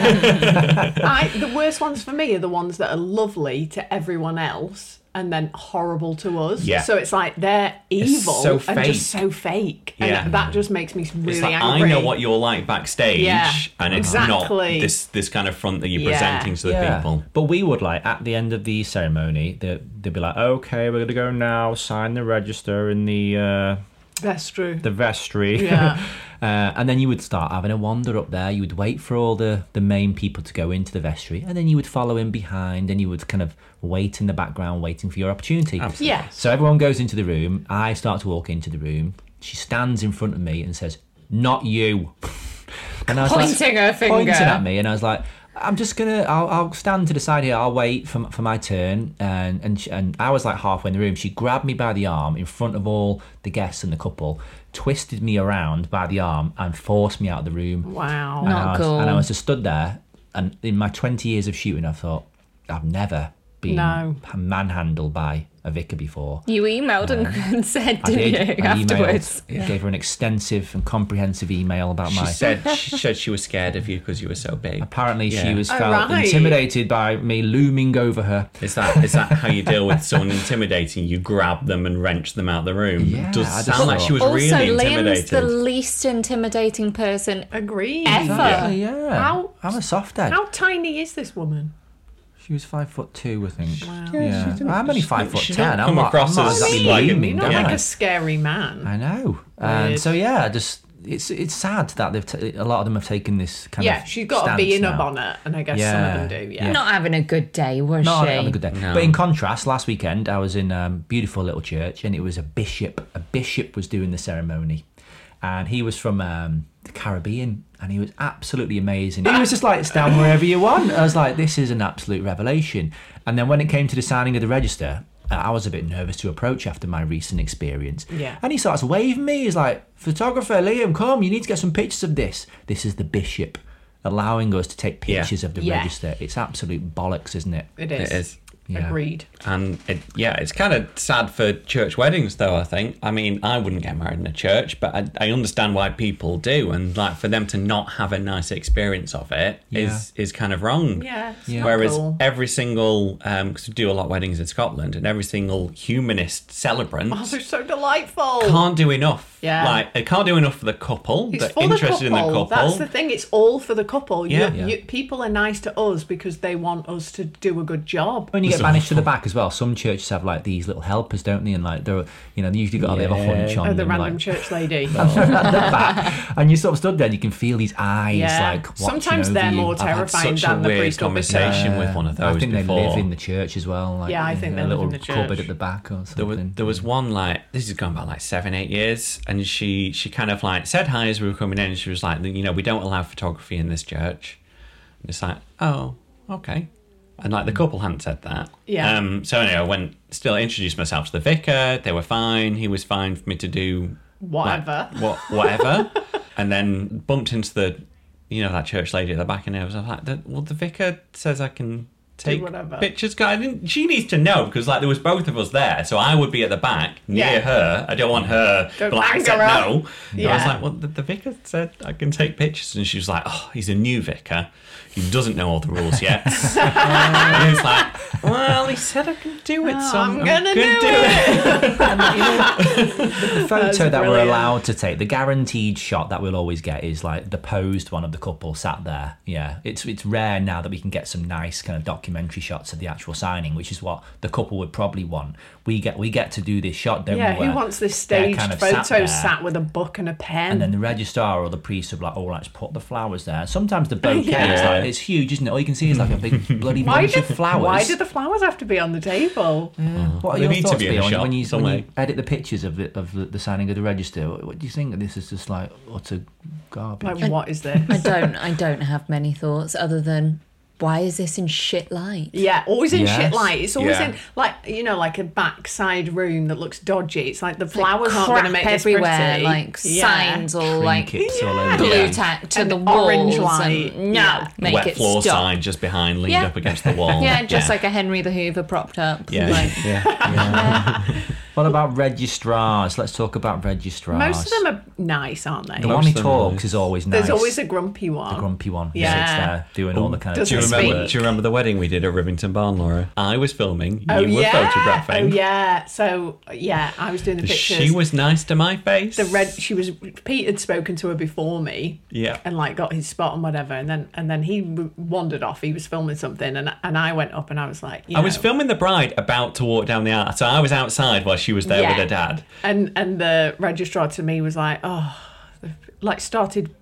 E: I, the worst ones for me are the ones that are lovely to everyone else and then horrible to us.
D: Yeah.
E: So it's like they're evil
D: so
E: and
D: fake.
E: just so fake.
D: Yeah.
E: And that just makes me really
D: It's like I
E: angry.
D: know what you're like backstage,
E: Yeah,
D: and it's
E: exactly.
D: not this this kind of front that you're
E: Yeah.
D: presenting to the people.
C: But we would like at the end of the ceremony, they- they'd be like, "Okay, we're gonna go now, sign the register in the uh,
E: That's true.
C: the vestry."
E: Yeah.
C: Uh, and then you would start having a wander up there. You would wait for all the, the main people to go into the vestry, and then you would follow in behind, and you would kind of wait in the background, waiting for your opportunity.
D: Absolutely.
E: yeah.
C: So everyone goes into the room. I start to walk into the room. She stands in front of me and says, "Not you." And I was like-
A: Pointing her finger.
C: pointing at me, and I was like, "I'm just gonna, I'll, I'll stand to the side here. I'll wait for m- for my turn." And and she, and I was like halfway in the room. She grabbed me by the arm in front of all the guests and the couple, twisted me around by the arm, and forced me out of the room.
E: Wow.
C: And
A: Not
C: I was, And I
A: cool.
C: was just stood there, and in my 20 years of shooting, I thought, I've never been
E: No.
C: manhandled by a vicar before.
A: You emailed and- and said,
C: I
A: didn't
C: did.
A: you,
C: I emailed,
A: afterwards?
C: gave her an extensive and comprehensive email about
D: She
C: my
D: said she said she was scared of you because you were so big.
C: Apparently, she
D: Yeah.
C: was
E: Oh,
C: felt
E: right.
C: intimidated by me looming over her.
D: Is that is that how you deal with someone intimidating? You grab them and wrench them out of the room.
C: Yeah,
D: it
C: I
D: does
C: just
D: sound like
C: thought-
D: she was
A: Also,
D: really
A: Liam's the
D: intimidated.
A: least intimidating person
E: Agreed.
A: ever.
C: Yeah, yeah.
E: How-
C: I'm a soft head.
E: How tiny is this woman?
C: She was five foot two, I think. Wow. Yeah, I'm only five foot
D: she don't
C: ten. I'm
D: come
C: not,
D: across
C: I'm not
D: as
C: exactly
D: like-
C: looming,
E: You're not
C: am I?
E: like a scary man.
C: I know. And
E: Weird.
C: so yeah, just it's it's sad that they've t- a lot of them have taken this kind of
E: yeah, she's got to
C: stance
E: be in a
C: now.
E: bonnet, and I guess some
C: Yeah,
E: of them do.
C: yeah.
E: Yeah.
A: Not having a good day, was
C: No,
A: she?
C: on a good day. But in contrast, last weekend I was in a beautiful little church, and it was a bishop. A bishop was doing the ceremony, and he was from um, the Caribbean, and he was absolutely amazing. He was just like, "Stand wherever you want." I was like, "This is an absolute revelation." And then when it came to the signing of the register. uh, I was a bit nervous to approach after my recent experience.
E: Yeah.
C: And he starts waving me. He's like, Photographer, Liam, come, you need to get some pictures of this. This is the bishop allowing us to take
D: Yeah.
C: pictures of the
E: Yeah.
C: register. It's absolute bollocks, isn't it?
E: It is.
D: It is.
C: Yeah.
E: Agreed.
D: And it, yeah, it's kind of sad for church weddings, though. I think. I mean, I wouldn't get married in a church, but I, I understand why people do, and like for them to not have a nice experience of it is is kind of wrong.
E: Yeah, it's not
D: Whereas
E: cool.
D: every single, because we do a lot of weddings in Scotland, and every single humanist celebrant
E: Oh, they're so delightful.
D: can't do enough.
E: Yeah.
D: Like they can't do enough for the couple.
E: it's
D: They're
E: for the
D: interested
E: couple.
D: in the couple.
E: That's the thing. It's all for the couple. You-
D: Yeah.
E: you- people are nice to us because they want us to do a good job.
C: When you get
D: It's
C: banished to the back as well, some churches have like these little helpers, don't they? And like they're, you know, they usually got a bit of a
D: Yeah.
C: hunch on
E: Oh, the
C: them,
E: random
C: like,
E: church lady.
C: at the back. And you sort of stood there, and you can feel these eyes,
E: yeah.
C: like watching
E: Sometimes
C: over
E: they're
C: you.
E: more
C: I've had Uh,
E: terrifying
D: such a
E: than the
D: weird
E: priest officer.
D: conversation with one of those
C: I think
D: before.
C: they live in the church as well. Like,
E: Yeah, I
C: you
E: think
C: know,
E: they
C: a
E: live
C: little
E: in the church.
C: cupboard at the back or something.
D: There was, there was one like this has gone about like seven eight years, and she she kind of like said hi as we were coming in, and she was like, you know, we don't allow photography in this church. And it's like, oh, okay. And like the couple hadn't said that.
E: Mm. Yeah.
D: Um. So anyway, I went still introduced myself to the vicar. They were fine. He was fine for me to do like,
E: Whatever.
D: what whatever. and then bumped into the you know that church lady at the back, and I was like, well, the vicar says I can take
E: whatever.
D: pictures. 'Cause I didn't, she needs to know because like there was both of us there, so I would be at the back near
E: Yeah.
D: her. I don't want her.
E: Don't
D: but like, I
E: anger
D: said
E: her.
D: no. Yeah. I was
E: Yeah.
D: like, well, the, the vicar said I can take pictures, and she was like, oh, he's a new vicar. He doesn't know all the rules yet. and he's like, well, he said I can do it, so
E: I'm gonna do
D: it.
C: The photo that we're
E: brilliant.
C: allowed to take, the guaranteed shot that we'll always get is like the posed one of the couple sat there. Yeah, it's it's rare now that we can get some nice kind of documentary shots of the actual signing, which is what the couple would probably want. We get we get to do this shot, don't
E: Yeah,
C: we? where
E: who wants this
C: they're
E: staged
C: kind of
E: photo
C: sat
E: sat,
C: there.
E: with a book and a pen?
C: And then the registrar or the priest would be like, all right, let's put the flowers there. Sometimes the bouquet is
D: Yeah.
C: like, it's huge, isn't it? All you can see is like a big bloody
E: why
C: bunch
E: did
C: of flowers.
E: Why did the flowers have to be on the table?
C: What are
D: They
C: your
D: need to
C: thoughts
D: be in a
C: Bill,
D: shop
C: when, you, when
D: somewhere.
C: you edit the pictures of the, of the, the signing of the register? What, what do you think? This is just like utter garbage.
E: Like, what is this?
A: I don't. I don't have many thoughts other than why is this in shit light?
E: Yeah, always in
C: Yes.
E: shit light. It's always
D: Yeah.
E: in like you know, like a backside room that looks dodgy. It's like the flowers aren't
A: Crap
E: going to make this
A: everywhere,
E: pretty.
A: like
E: Yeah.
A: signs or like
C: Trinkets all over.
A: blue
D: Yeah.
A: tack to
E: And
A: the
E: orange
A: walls.
E: light.
A: And, no,
E: Yeah.
A: make
D: Wet
A: it
D: floor
A: stop.
D: sign just behind, leaned
A: Yeah.
D: up against the wall.
A: Yeah, just like a Henry the Hoover propped up.
D: Yeah.
A: Like,
C: What about registrars? Let's talk about registrars.
E: Most of them are nice, aren't they?
C: The one
D: Most
C: who
D: of them are
C: talks
D: nice.
C: is always nice.
E: There's always a grumpy one.
C: The grumpy one. who sits
E: Yeah.
C: there doing all the kind of.
E: Doesn't
D: Do you remember?
E: Speak.
D: Do you remember the wedding we did at Rivington Barn, Laura? I was filming. You
E: oh
D: were
E: yeah.
D: photographing.
E: Oh yeah. So yeah, I was doing the pictures.
D: She was nice to my face.
E: the red. She was. Pete had spoken to her before me.
D: Yeah.
E: And like got his spot and whatever, and then and then he w- wandered off. He was filming something, and and I went up and I was like, you
D: I was
E: know,
D: filming the bride about to walk down the aisle, so I was outside while she was there with
E: Yeah.
D: her dad.
E: And and the registrar to me was like, oh, like started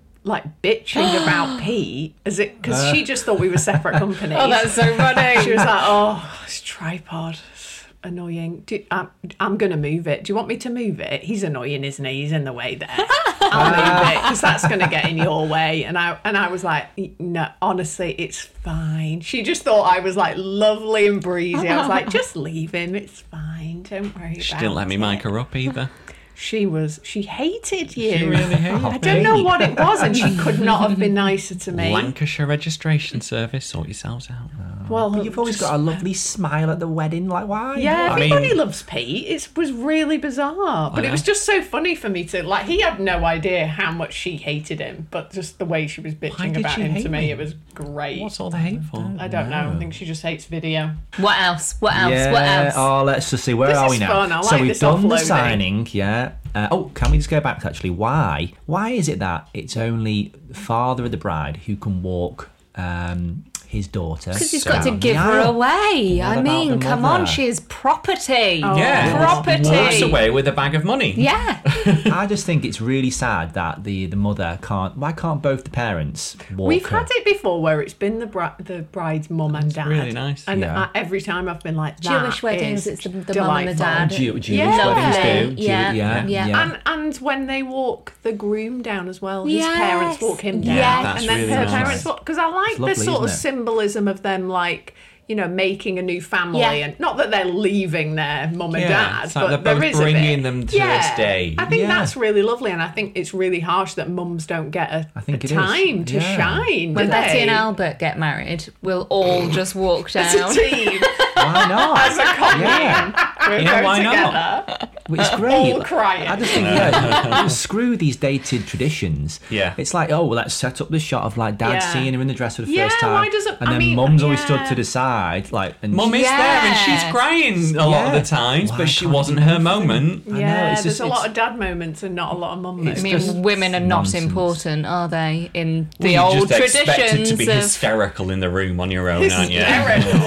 E: like bitching about Pete as it because she just thought we were separate companies.
A: oh, that's so funny.
E: she was like, oh, it's tripod. it's Annoying. Do, I'm, I'm going to move it. Do you want me to move it? He's annoying, isn't he? He's in the way there. I'll move it because that's going to get in your way. And I and I was like, no, honestly, it's fine. She just thought I was like lovely and breezy. I was like, just leave him. It's fine. Don't worry.
D: She
E: about
D: didn't let me
E: it."
D: mic her up either.
E: She was. She hated you.
D: She really hated
E: I don't know what it was, and she could not have been nicer to me.
D: Lancashire Registration Service, sort yourselves out.
E: well,
C: You've always got a lovely smile at the wedding. Like why?
E: Yeah,
D: I mean-
E: everybody loves Pete. It was really
D: Oh,
E: bizarre, but it was just so funny for me to like. He had no idea how much she hated him, but just the way she was bitching
D: did
E: about
D: she
E: him
D: hate
E: to me,
D: me?
E: it was great.
D: What's all the hate for?
E: I don't know. I think she just hates video.
A: what else? What else?
C: Yeah.
A: What else?
C: Oh, let's just see. Where
E: This
C: are
E: is
C: we now?
E: fun, I
C: so
E: like
C: we've
E: this
C: done the
E: offloading.
C: signing. Yeah. Uh, oh, can we just go back to actually why? Why is it that it's only the father of the bride who can walk um, his daughter?
A: Because he's got to
C: down
A: give
C: the
A: her
C: aisle?
A: away.
C: What
A: I
C: about
A: mean,
C: the
A: come
C: mother?
A: on, she is property.
D: Yeah,
A: Property.
D: Walks away with a bag of money.
A: Yeah.
C: I just think it's really sad that the, the mother can't. Why can't both the parents walk?
E: We've
C: her?
E: had it before where it's been the bri- the bride's mum and dad.
D: really nice.
E: And
C: Yeah.
E: I, every time I've been like, that
A: Jewish weddings, it's
E: is
A: the, the mum and the
E: delightful.
A: dad.
C: Jew- Jewish
E: Yeah.
C: weddings do. Jew-
A: Yeah,
C: yeah,
A: yeah.
C: yeah.
E: And and when they walk the groom down as well, his
A: Yes.
E: parents walk him down,
A: Yeah,
D: that's
E: and then
D: really
E: her
D: nice.
E: parents walk. Because I like
C: It's lovely,
E: the sort of
C: isn't it?
E: symbolism of them, like you know, making a new family,
A: Yeah.
E: and not that they're leaving their mum and
D: Yeah,
E: dad,
D: it's like
E: but
D: they're
E: there
D: both
E: is a
D: bringing
E: bit.
D: them to
E: yeah.
D: this day.
E: I think
C: Yeah.
E: that's really lovely, and I think it's really harsh that mums don't get a,
C: I think
E: a
C: it is.
E: time to
C: Yeah.
E: shine.
A: When
E: do
A: Betty
E: they?
A: and Albert get married, we'll all just walk
E: as a
A: down.
E: team,
C: Why
E: as a
C: not?
E: commune,
C: Yeah.
E: we're
D: Yeah,
E: going
D: why not?
E: together.
C: It's great.
E: All crying.
C: I just think, yeah, screw these dated traditions.
D: Yeah.
C: It's like, oh, well, let's set up the shot of like dad
E: Yeah.
C: seeing her in the dress for the
E: Yeah,
C: first time.
E: why doesn't-
C: and
E: I
C: then
E: mean,
C: mum's always stood
E: yeah.
C: to the side, like, and
D: Mum is there and she's
A: Yeah.
D: crying a lot
C: Yeah.
D: of the times,
C: Why
D: but she
C: can't
D: wasn't
C: you
D: her
C: do
D: moment.
C: I know,
E: Yeah,
C: it's
E: there's
C: just-
E: a
C: it's-
E: lot of dad moments and not a lot of mum
A: I
E: moments.
A: mean,
C: just
A: women are not
C: nonsense.
A: important, are they? In
D: Well,
A: the
D: you
A: old
D: just expected
A: traditions
D: to be
A: of
D: hysterical in the room on your own,
E: This
D: aren't
E: is
D: you?
E: terrible.
C: I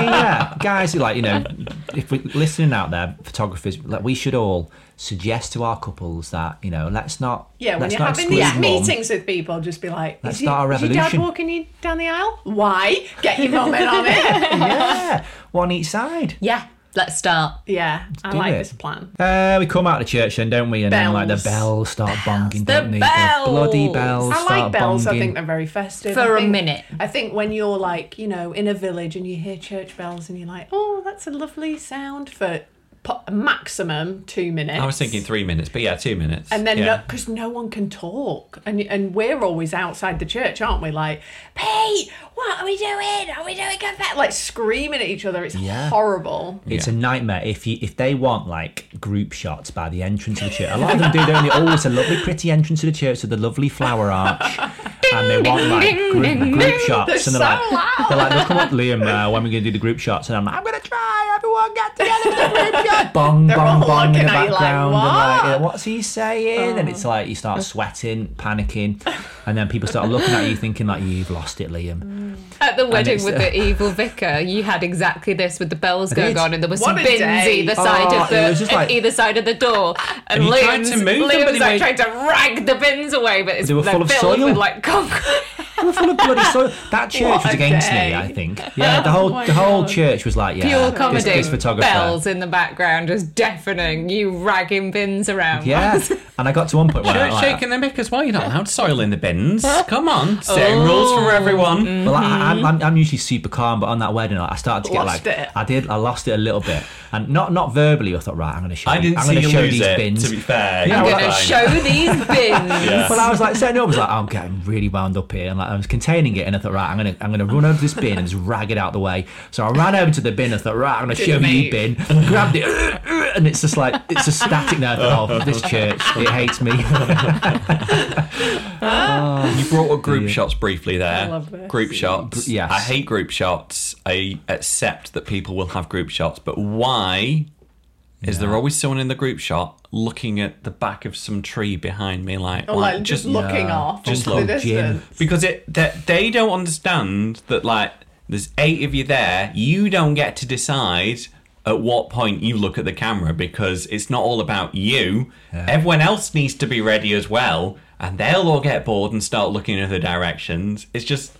C: mean, oh, yeah, guys, like you know, if we're listening out there, photographers, like we should all suggest to our couples that you know, let's not.
E: Yeah, when
C: let's
E: you're
C: not
E: having these
C: exclude mum.
E: meetings with people, just be like,
C: Let's
E: is, your-
C: start a
E: is your dad
C: revolution."
E: walking you down the aisle? Why? Get your mum in on it.
C: Yeah, one each side.
A: yeah. Let's start.
E: Yeah, I
C: do
E: like
C: it.
E: this plan.
C: Uh, we come out of church then, don't we? And then like the
E: Bells.
C: bells start bonking,
A: The
C: don't they? The bloody
A: bells.
C: bells
E: I
C: start
E: like bells.
C: bonking.
E: I think they're very festive.
A: For a
E: I think-
A: minute.
E: I think when you're like, you know, in a village and you hear church bells and you're like, oh, that's a lovely sound for po- maximum two minutes.
D: I was thinking three minutes, but yeah, two minutes.
E: And then,
D: yeah.
E: because no, one can talk, and and we're always outside the church, aren't we? Like, Pete, what are we doing? Are we doing a fa-" Like screaming at each other. It's
C: Yeah.
E: horrible.
C: It's a nightmare if you if they want like group shots by the entrance of the church. A lot of them do, don't they? Oh, it's a lovely, pretty entrance to the church with a lovely flower arch, and they want like group, group shots, and they're
E: They're so loud.
C: like, they're like, "Look, come up, Liam, uh, when we're gonna do the group shots," and I'm like, "I'm gonna try, everyone get together, do the group shot." Bong,
E: They're
C: bong,
E: all
C: bong in the
E: looking at you like,
C: background, and
E: "What?" Oh.
C: yeah, what's he saying? And it's like you start sweating, panicking, and then people start looking at you, thinking like, "You've lost it, Liam."
A: At the wedding
C: it's,
A: with
C: uh,
A: the evil vicar, you had exactly this with the bells going
C: did.
A: on, and there was
E: What
A: some
E: a
A: bins
E: day.
A: either side
C: Oh,
A: of
C: it
A: the
C: was just
A: at
C: like-
A: either side of the door, and,
D: And you
A: Liam's,
D: tried to move them,
A: Liam's
D: but they
A: like
D: were-
A: trying to rag the bins away, but it's
C: They were
A: they're
C: full of
A: filled
C: soil.
A: with like concrete.
C: They were full of bloody soil. That church
E: What
C: was
E: a
C: against
E: day. Oh
C: me, I think. Yeah, the whole
E: my
C: the whole
E: God.
C: church was like, yeah,
A: Pure
C: this-
A: comedy,
C: this photographer.
A: bells in the background, just deafening you ragging bins around.
C: Yeah, and I got to one point where I,
D: Church
C: like,
D: shaking the mic as well. You're not allowed soil in the bins. Come on, same rules for everyone.
C: well, I, I'm, I'm, I'm usually super calm, but on that wedding, I started to get
E: Mm-hmm. Lost
C: like,
E: it.
C: I did, I lost it a little bit, and not not verbally. I thought, right, I'm going to show,
D: I didn't
C: I'm
D: see
C: going
D: you
C: to show
D: lose
C: these
D: it.
C: bins.
D: To be fair,
C: Yeah,
A: I'm
C: well,
A: gonna
C: that's
A: show these bins.
D: Yeah.
C: Well, I was like setting up. I was like, I'm getting really wound up here, and like I was containing it, and I thought, right, I'm gonna, I'm gonna run over this bin and just rag it out the way. So I ran over to the bin. I thought, right, I'm gonna shove you
E: move.
C: bin, grabbed it, and it's just like it's just static now. I thought, oh, this church, it hates me.
D: You brought up group
C: Yeah.
D: shots briefly there.
E: I love this.
D: Group shots.
C: Gr- yes.
D: I hate group shots. I accept that people will have group shots, but why is there always someone in the group shot looking at the back of some tree behind me like,
E: Or
D: like,
E: Oh, like just,
D: look?
E: looking
C: Yeah.
E: off,
D: Just
E: into the
C: look, Jim.
E: distance.
D: Because it that they don't understand that like there's eight of you there, you don't get to decide at what point you look at the camera because it's not all about you. Everyone else needs to be ready as well, and they'll all get bored and start looking in other directions. It's just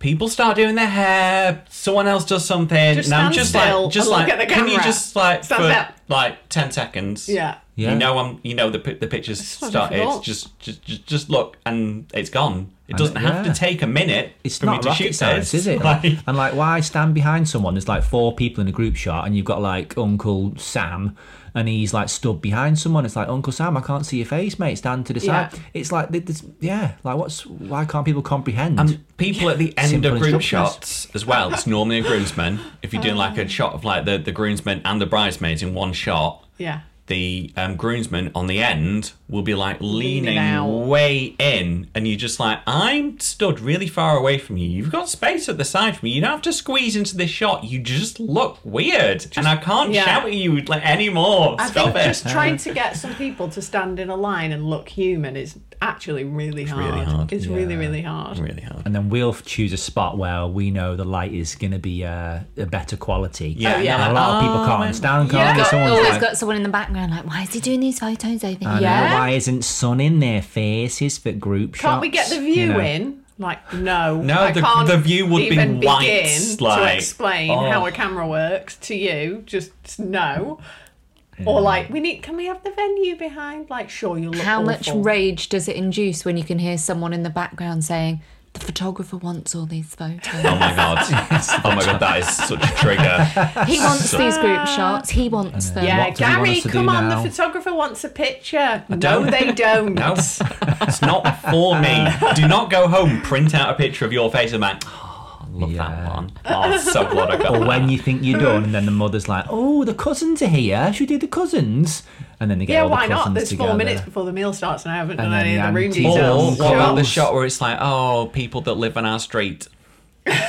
D: people start doing their hair, someone else does something,
E: Just
D: and I'm
E: stand
D: just
E: still
D: like just
E: and look
D: like
E: at the
D: can you
E: camera.
D: just like
E: Stand
D: for
E: still.
D: like ten seconds?
E: Yeah.
C: Yeah.
D: You know I'm you know the pi- the pictures
E: not
D: started.
E: difficult.
D: It's just just just just look and it's gone. It doesn't have
C: yeah.
D: to take a minute
C: it's
D: for me
C: not
D: to
C: rocket
D: shoot
C: science,
D: this.
C: is it?
D: Like,
C: and like, why stand behind someone? There's like four people in a group shot, and you've got like Uncle Sam, and he's like stood behind someone. It's like Uncle Sam, I can't see your face, mate. Stand to the side.
E: Yeah.
C: It's like, th- this, yeah, like what's why can't people comprehend?
D: and um, people at the end
C: Simple
D: of group
C: instructions.
D: shots as well. It's normally a groomsman. If you're doing
E: Um.
D: like a shot of like the the groomsmen and the bridesmaids in one shot,
E: Yeah.
D: the um, groomsman on the end will be like leaning,
E: Leaning out.
D: way in, and you're just like, I'm stood really far away from you. You've got space at the side from me. You don't have to squeeze into this shot. You just look weird, and I can't
E: yeah.
D: shout at you like anymore.
E: I
D: Stop
E: think
D: it.
E: just trying to get some people to stand in a line and look human is actually really hard.
D: really hard.
E: It's really, really hard.
D: really hard.
C: and then we'll f- choose a spot where we know the light is going to be uh, a better quality.
D: Yeah. Oh, yeah.
C: And a lot of people can't stand, can't they?
A: Got-
C: Someone's
A: always
C: like,
A: got someone in the background like, why is he doing these photos over here?
C: I know,
E: Yeah.
C: why isn't sun in their faces for group shots?
E: Can't we get the view
C: You know?
E: in? Like no,
D: No,
E: I
D: the-
E: can't
D: the view would be
E: even
D: white,
E: Begin to
D: like,
E: explain
D: oh.
E: how a camera works to you, just no. Or like, we need. Can we have the venue behind? Like, sure, you look.
A: How much
E: awful.
A: rage does it induce when you can hear someone in the background saying, the photographer wants all these photos.
D: Oh my god. oh my god, that is such a trigger.
A: He wants these group shots. He wants them.
E: Yeah,
C: What do they want
E: Gary,
C: us to do
E: come on.
C: now?
E: The photographer wants a picture. No,
D: don't.
E: they don't.
D: No, it's not for me. Do not go home, print out a picture of your face and be like, oh, I love
C: Yeah.
D: that one. Oh, I'm so glad I got
C: Or
D: that.
C: when you think you're done, and then the mother's like, "Oh, the cousins are here. Should we do the cousins?" And then they get
E: Yeah,
C: all the
E: why
C: cousins
E: not? There's
C: together.
E: four minutes before the meal starts, and I haven't
C: And
E: done
C: then
E: any of the
C: the
E: room
C: antiques
D: Or
C: Oh,
E: details.
D: what about the
C: gosh.
D: shot where it's like, oh, people that live on our street? yeah.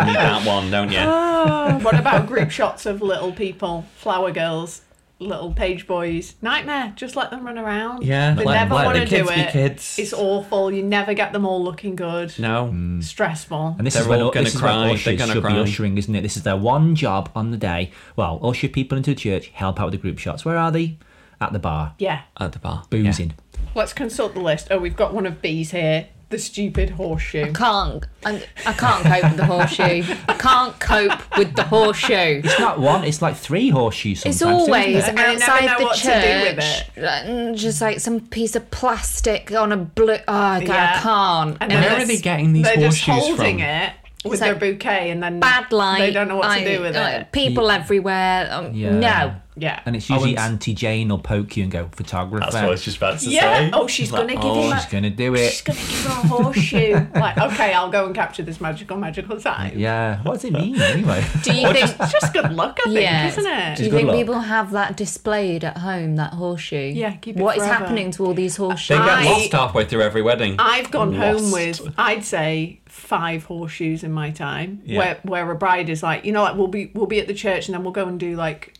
D: You need that one, don't you?
E: Oh, what about group shots of little people, flower girls, little page boys? Nightmare. Just let them run around.
D: Yeah,
E: they
D: let-
E: never
D: let the
E: want to do
D: kids be
E: it.
D: kids.
E: It's awful. You never get them all looking good.
D: No.
C: Mm.
E: Stressful.
C: And this
D: They're
C: is when
D: all gonna
C: this is when
D: cry, they're
C: ushers
D: gonna
C: should be
D: cry.
C: ushering, isn't it? This is their one job on the day. Well, usher people into the church, help out with the group shots. Where are they? At the bar,
E: yeah.
D: At the bar.
C: boozing.
E: Let's consult the list. Oh, we've got one of B's here. The stupid horseshoe.
A: Can't. I, I can't cope with the horseshoe. I can't cope with the horseshoe.
C: It's not one; it's like three horseshoes. Sometimes,
A: It's
C: too, isn't
A: always
C: it?
E: And they never know
A: outside the
E: what to do with
A: church. like, Just like some piece of plastic on a blue. Oh, God, I can't.
E: And
A: And
E: then
D: Where are
E: it's-
D: they getting these
E: They're just
D: horseshoes
E: holding
D: from?
E: it. with
A: like
E: their bouquet and then
A: bad light.
E: They don't know what
A: I-
E: to do with
A: uh,
E: it.
A: People everywhere. Um, No.
E: Yeah.
C: And it's
D: I
C: usually
D: wouldn't-
C: Auntie Jane will poke you and go, photographer.
D: That's what I was just about to
E: yeah.
D: say.
E: Oh, she's
D: Like,
E: gonna give
D: oh,
E: him.
C: She's
E: A,
C: going to do it.
E: she's gonna give him a horseshoe. like, okay, I'll go and capture this magical, magical time.
C: Yeah. What does it mean anyway?
A: Do you think?
E: It's just good luck, I think,
A: Yeah.
E: isn't it?
A: Do you
C: Good
A: think
C: luck.
A: people have that displayed at home? That horseshoe.
E: Yeah, keep it
A: What is
E: forever.
A: happening to all these
D: They
A: horseshoes?
D: get
E: I- Ah.
D: lost halfway through every wedding.
E: I've gone home
D: Lost.
E: with, I'd say, five horseshoes in my time.
D: Yeah.
E: Where where a bride is like, you know, like we'll be we'll be at the church and then we'll go and do like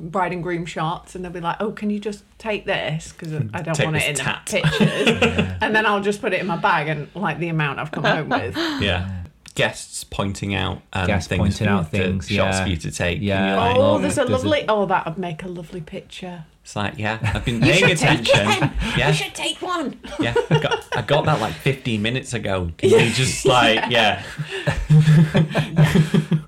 E: bride and groom shots, and they'll be like, oh, can you just take this because I don't
D: Take
E: want it
D: this
E: in
D: tat.
E: the pictures, and then I'll just put it in my bag and like the amount I've come home with.
D: Yeah. Guests pointing out um,
C: Guests
D: things,
C: pointing out
D: the
C: things,
D: shots
C: yeah.
D: for you to take.
C: Yeah.
D: Yeah,
C: I
E: Oh,
C: love
E: there's
C: it.
E: a
C: There's a-
E: lovely. Oh, that would make a lovely picture.
D: it's like yeah, I've been paying attention. Yeah,
E: take one.
D: yeah, I got, I got that like 15 minutes ago. Can you just like yeah,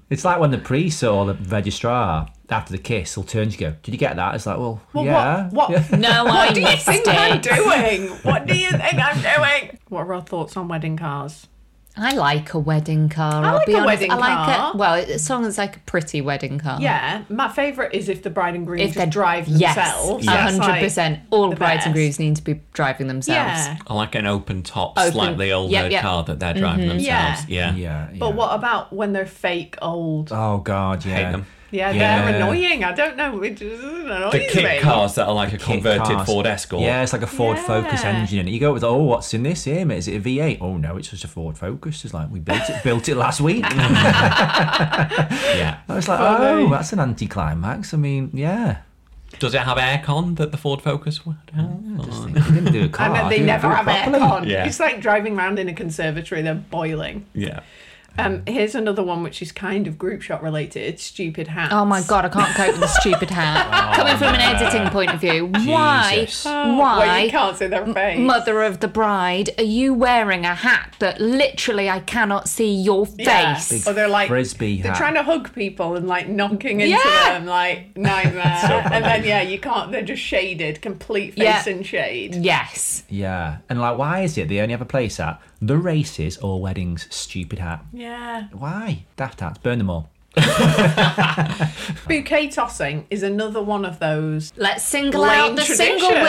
C: It's like when the priest or the registrar after the kiss will turn to you and go, Did you get that? It's like, Well,
E: Well,
C: yeah.
E: What? What?
A: no, I
E: What do you
A: missed
E: think I'm
A: it.
E: doing? What do you think I'm doing? What are our thoughts on wedding cars?
A: I like a wedding car.
E: I
A: I'll
E: like
A: be
E: a
A: honest.
E: wedding
A: I like
E: car.
A: A, well, it- as long as it's like a pretty wedding car.
E: Yeah, my favourite is if the bride and groom
A: If they
E: just drive themselves.
A: yes,
E: That's
A: hundred
E: like-
A: percent. All
E: the
A: brides and
E: best.
A: grooms need to be driving themselves.
E: Yeah.
D: I like an open top,
A: Open-
D: slightly older
A: yeah, yeah.
D: car that they're driving
E: Mm-hmm.
D: themselves. Yeah.
C: Yeah.
E: But
C: yeah.
E: what about when they're fake old?
C: Oh, God, yeah.
D: Hate them.
E: Yeah,
C: Yeah.
E: they're annoying. I don't know. It just annoys
D: The kit
E: me.
D: cars that are like a
C: Kit
D: converted
C: cars.
D: Ford Escort.
C: Yeah, it's like a Ford Focus
E: Yeah.
C: engine in it. You go with, oh, what's in this here? mate? Is it a V8? Oh no, it's just a Ford Focus. It's like we built it, built it last week. I
D: yeah.
C: was like,
E: Funny.
C: oh, that's an anticlimax. I mean, yeah,
D: Does it have aircon that the Ford Focus would have?
C: just think, we didn't do a car.
E: And then they
C: do it-
E: never
C: Oh, do it
E: have
C: properly.
E: aircon.
D: Yeah.
E: It's like driving around in a conservatory. They're boiling.
D: Yeah.
E: Um, here's another one which is kind of group shot related. Stupid hats.
A: Oh my god, I can't cope with the stupid hat. Coming from an editing point of view, why,
C: Jesus.
E: Well, you
A: why,
E: can't see their face.
A: mother of the bride, are you wearing a hat that literally I cannot see your
E: Yeah.
A: face?
E: Or they're like
C: Frisbee
E: They're
C: hat.
E: trying to hug people and like knocking into
A: Yeah.
E: them, like nightmare. and then yeah, you can't. They're just shaded, complete face
A: Yeah.
E: in shade.
A: Yes.
C: Yeah, and like, why is it they only have a place at the races or weddings? Stupid hat.
E: Yeah.
C: Why? Daft hats. Burn them all.
E: Bouquet tossing is another one of those.
A: Let's single
E: lame
A: out the single
E: tradition.